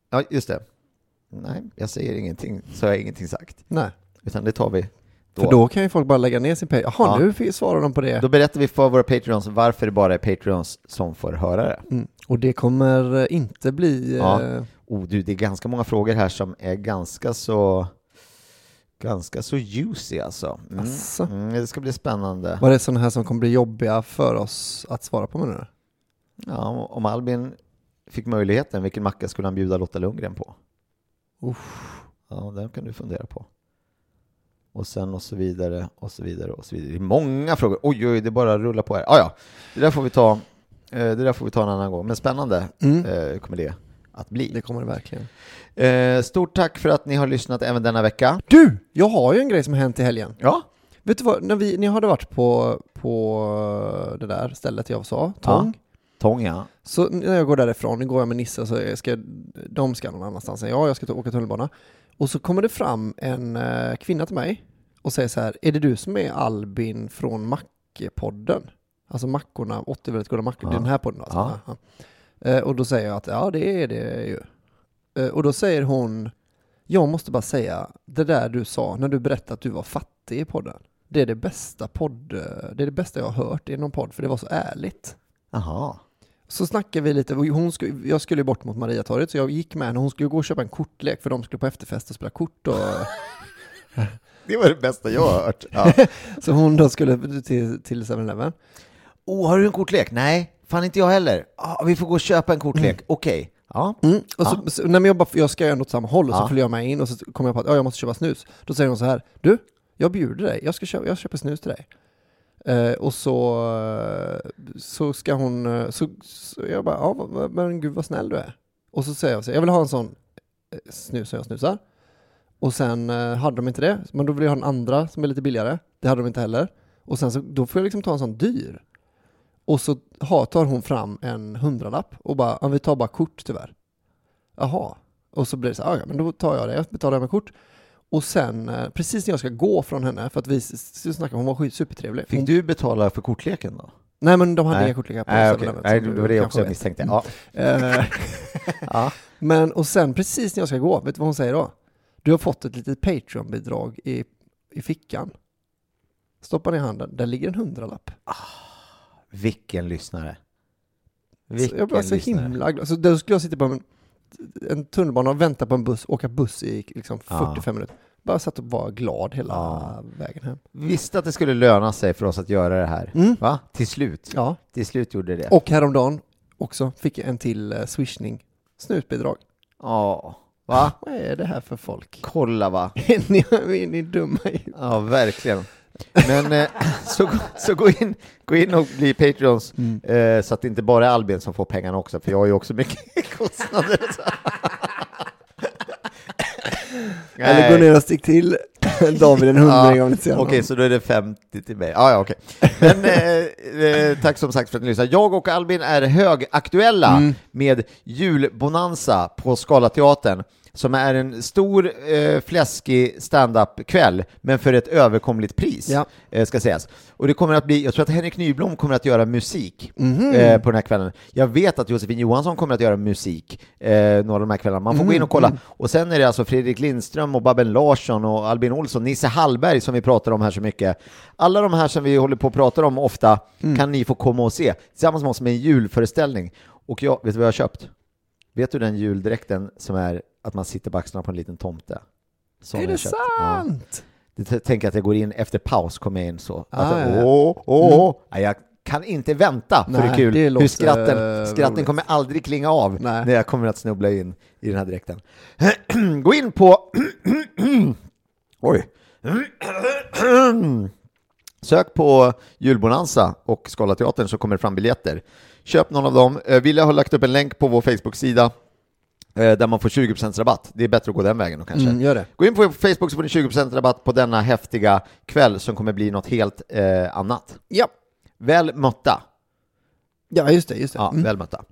Ja, just det. Nej, jag säger ingenting, så har jag ingenting sagt. Nej. Utan det tar vi då. För då kan ju folk bara lägga ner sin pay. Jaha, Ja. nu fick- svarar de på det. Då berättar vi för våra Patreons varför det bara är Patreons som får höra det. Mm. Och det kommer eh, inte bli... eh, Ja. Oh, du, det är ganska många frågor här som är ganska så ganska så juicy alltså. Mm. Asså. Mm, det ska bli spännande. Var det sådana här som kommer bli jobbiga för oss att svara på menar du? Ja, om- om Albin fick möjligheten, vilken macka skulle han bjuda Lotta Lundgren på? Ja, den kan du fundera på. Och sen och så vidare och så vidare och så vidare. Det är många frågor. Oj, oj, det bara rullar på här. Ah, ja, det där får vi ta. eh, Det där får vi ta en annan gång. Men spännande eh, kommer det att Mm. Det bli. kommer det verkligen. Eh, Stort tack för att ni har lyssnat även denna vecka. Du! Jag har ju en grej som har hänt i helgen. Ja, Vet du vad, när vi, ni hade varit på, på det där stället jag sa, Tång. Tång ja. Så när jag går därifrån, nu går jag med Nisse, så jag ska, de ska någon annanstans än jag, jag ska ta, åka tunnelbana. Och så kommer det fram en eh, kvinna till mig och säger så här, är det du som är Albin från Mackpodden? Alltså mackorna, 80 väldigt goda mackor, det är den här podden alltså. Ja. Ja. Eh, och då säger jag att ja det är det ju. Eh, och då säger hon, jag måste bara säga, det där du sa när du berättade att du var fattig i podden, det är det bästa podd, det är det bästa jag har hört i någon podd, för det var så ärligt. Jaha. Så snackade vi lite, och hon skulle, jag skulle ju bort mot Mariatorget så jag gick med henne, hon skulle gå och köpa en kortlek för de skulle på efterfest och spela kort. Och, Det var det bästa jag har hört. Ja. så hon då skulle till, till 7-Eleven. oh, har du en kortlek? Nej, fan inte jag heller. Ah, vi får gå och köpa en kortlek. Okej. Ja. Mm. Och så, så, nej men jag, bara, jag ska ju ändå åt samma håll och så Ja. följer jag med in och så kommer jag på att ja, jag måste köpa snus. Då säger hon så här, du, jag bjuder dig, jag, ska köpa, jag köper snus till dig. Eh, och så, eh, så ska hon, eh, så, så jag bara, ja, vad- vad- men gud vad snäll du är. Och så säger jag så här, jag vill ha en sån eh, snus som jag snusar. Och sen eh, hade de inte det, men då vill jag ha den andra som är lite billigare. Det hade de inte heller. Och sen så, då får jag liksom ta en sån dyr. Och så ha- tar hon fram en hundralapp och bara, ja, vi tar bara kort tyvärr. Jaha. Och så blir det så här, "Ah, ja, men då tar jag det, jag betalar med kort. Och sen, eh, precis när jag ska gå från henne, för att vi s- s- snackade, hon var skit- supertrevlig. Fick Hon- du betala för kortleken då? Nej men de hade Nej. inga kortlekar på Nej, 7-Eleven, Ah, okej. Nej, som det du var det jag kanske också vet. misstänkte. Ja. Eh, Ja. Men och sen precis när jag ska gå, vet du vad hon säger då? Du har fått ett litet Patreon-bidrag i, i fickan. Stoppa ner handen, där ligger en hundralapp. Vilken lyssnare. Så jag blev så himla glad. Så där skulle jag sitta på en, en tunnelbana och vänta på en buss, åka buss i liksom Ja. 45 minuter. Bara satt och var glad hela Ja. vägen hem. Visste att det skulle löna sig för oss att göra det här. Mm. Va? Till slut. Ja. Till slut gjorde det. Och häromdagen också fick jag en till eh, swishning, snusbidrag. Ja. Va? Vad är det här för folk? Kolla va? Är ni, är ni dumma i Ja, verkligen. Men eh, så, gå- så gå, in, gå in och bli Patreons eh, så att det inte bara är Albin som får pengarna också, för jag har ju också mycket kostnader. Så. Eller gå ner och stick till David en hundring om ni ser Okej, honom. så då är det 50 till mig. Ah, ja, okej. Men eh, eh, tack som sagt för att ni lyssnade. Jag och Albin är högaktuella med julbonanza på Skala teatern som är en stor eh, fläskig stand-up-kväll, men för ett överkomligt pris, Ja. eh, ska sägas. Och det kommer att bli, jag tror att Henrik Nyblom kommer att göra musik Mhm. eh, på den här kvällen. Jag vet att Josefin Johansson kommer att göra musik eh, några av de här kvällarna. Man får gå in och Mhm, kolla. Och sen är det alltså Fredrik Lindström och Babben Larsson och Albin Olsson, Nisse Hallberg som vi pratar om här så mycket. Alla de här som vi håller på och pratar om ofta Mm. kan ni få komma och se tillsammans med oss med en julföreställning. Och jag, vet du vad jag har köpt? Vet du den juldräkten som är att man sitter på axlarna på en liten tomte? Sån Är har det jag köpt. Ja. sant? Det- Tänk att jag går in efter paus, kommer jag in så. Att, Ah, ja, ja. Åh, åh, åh. Nej, jag kan inte vänta för det är Nej, kul. det Hur låter eh, skratten, skratten roligt. kommer aldrig klinga av Nej. när jag kommer att snubbla in i den här dräkten. Gå in på... Oj. Sök på Julbonanza och Skala teatern så kommer det fram biljetter. Köp någon av dem. Eh, Wille har lagt upp en länk på vår Facebook-sida eh, där man får 20% rabatt. Det är bättre att gå den vägen då kanske. Mm, gör det. Gå in på Facebook så får ni 20% rabatt på denna häftiga kväll som kommer bli något helt eh, annat. Ja. Väl mötta. Ja, just det, just det. Ja, Mm. väl mötta.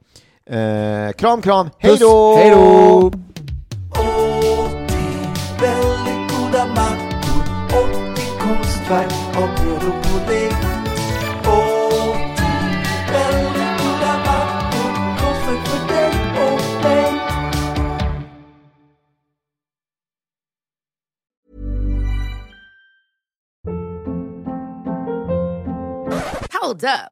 Eh, kram, kram. Hej Puss. då! Hej då! Och till väldigt goda mackor och till konstverk av bröd och pudding. Och till väldigt goda mackor, konstverk för dig och mig. Hold up.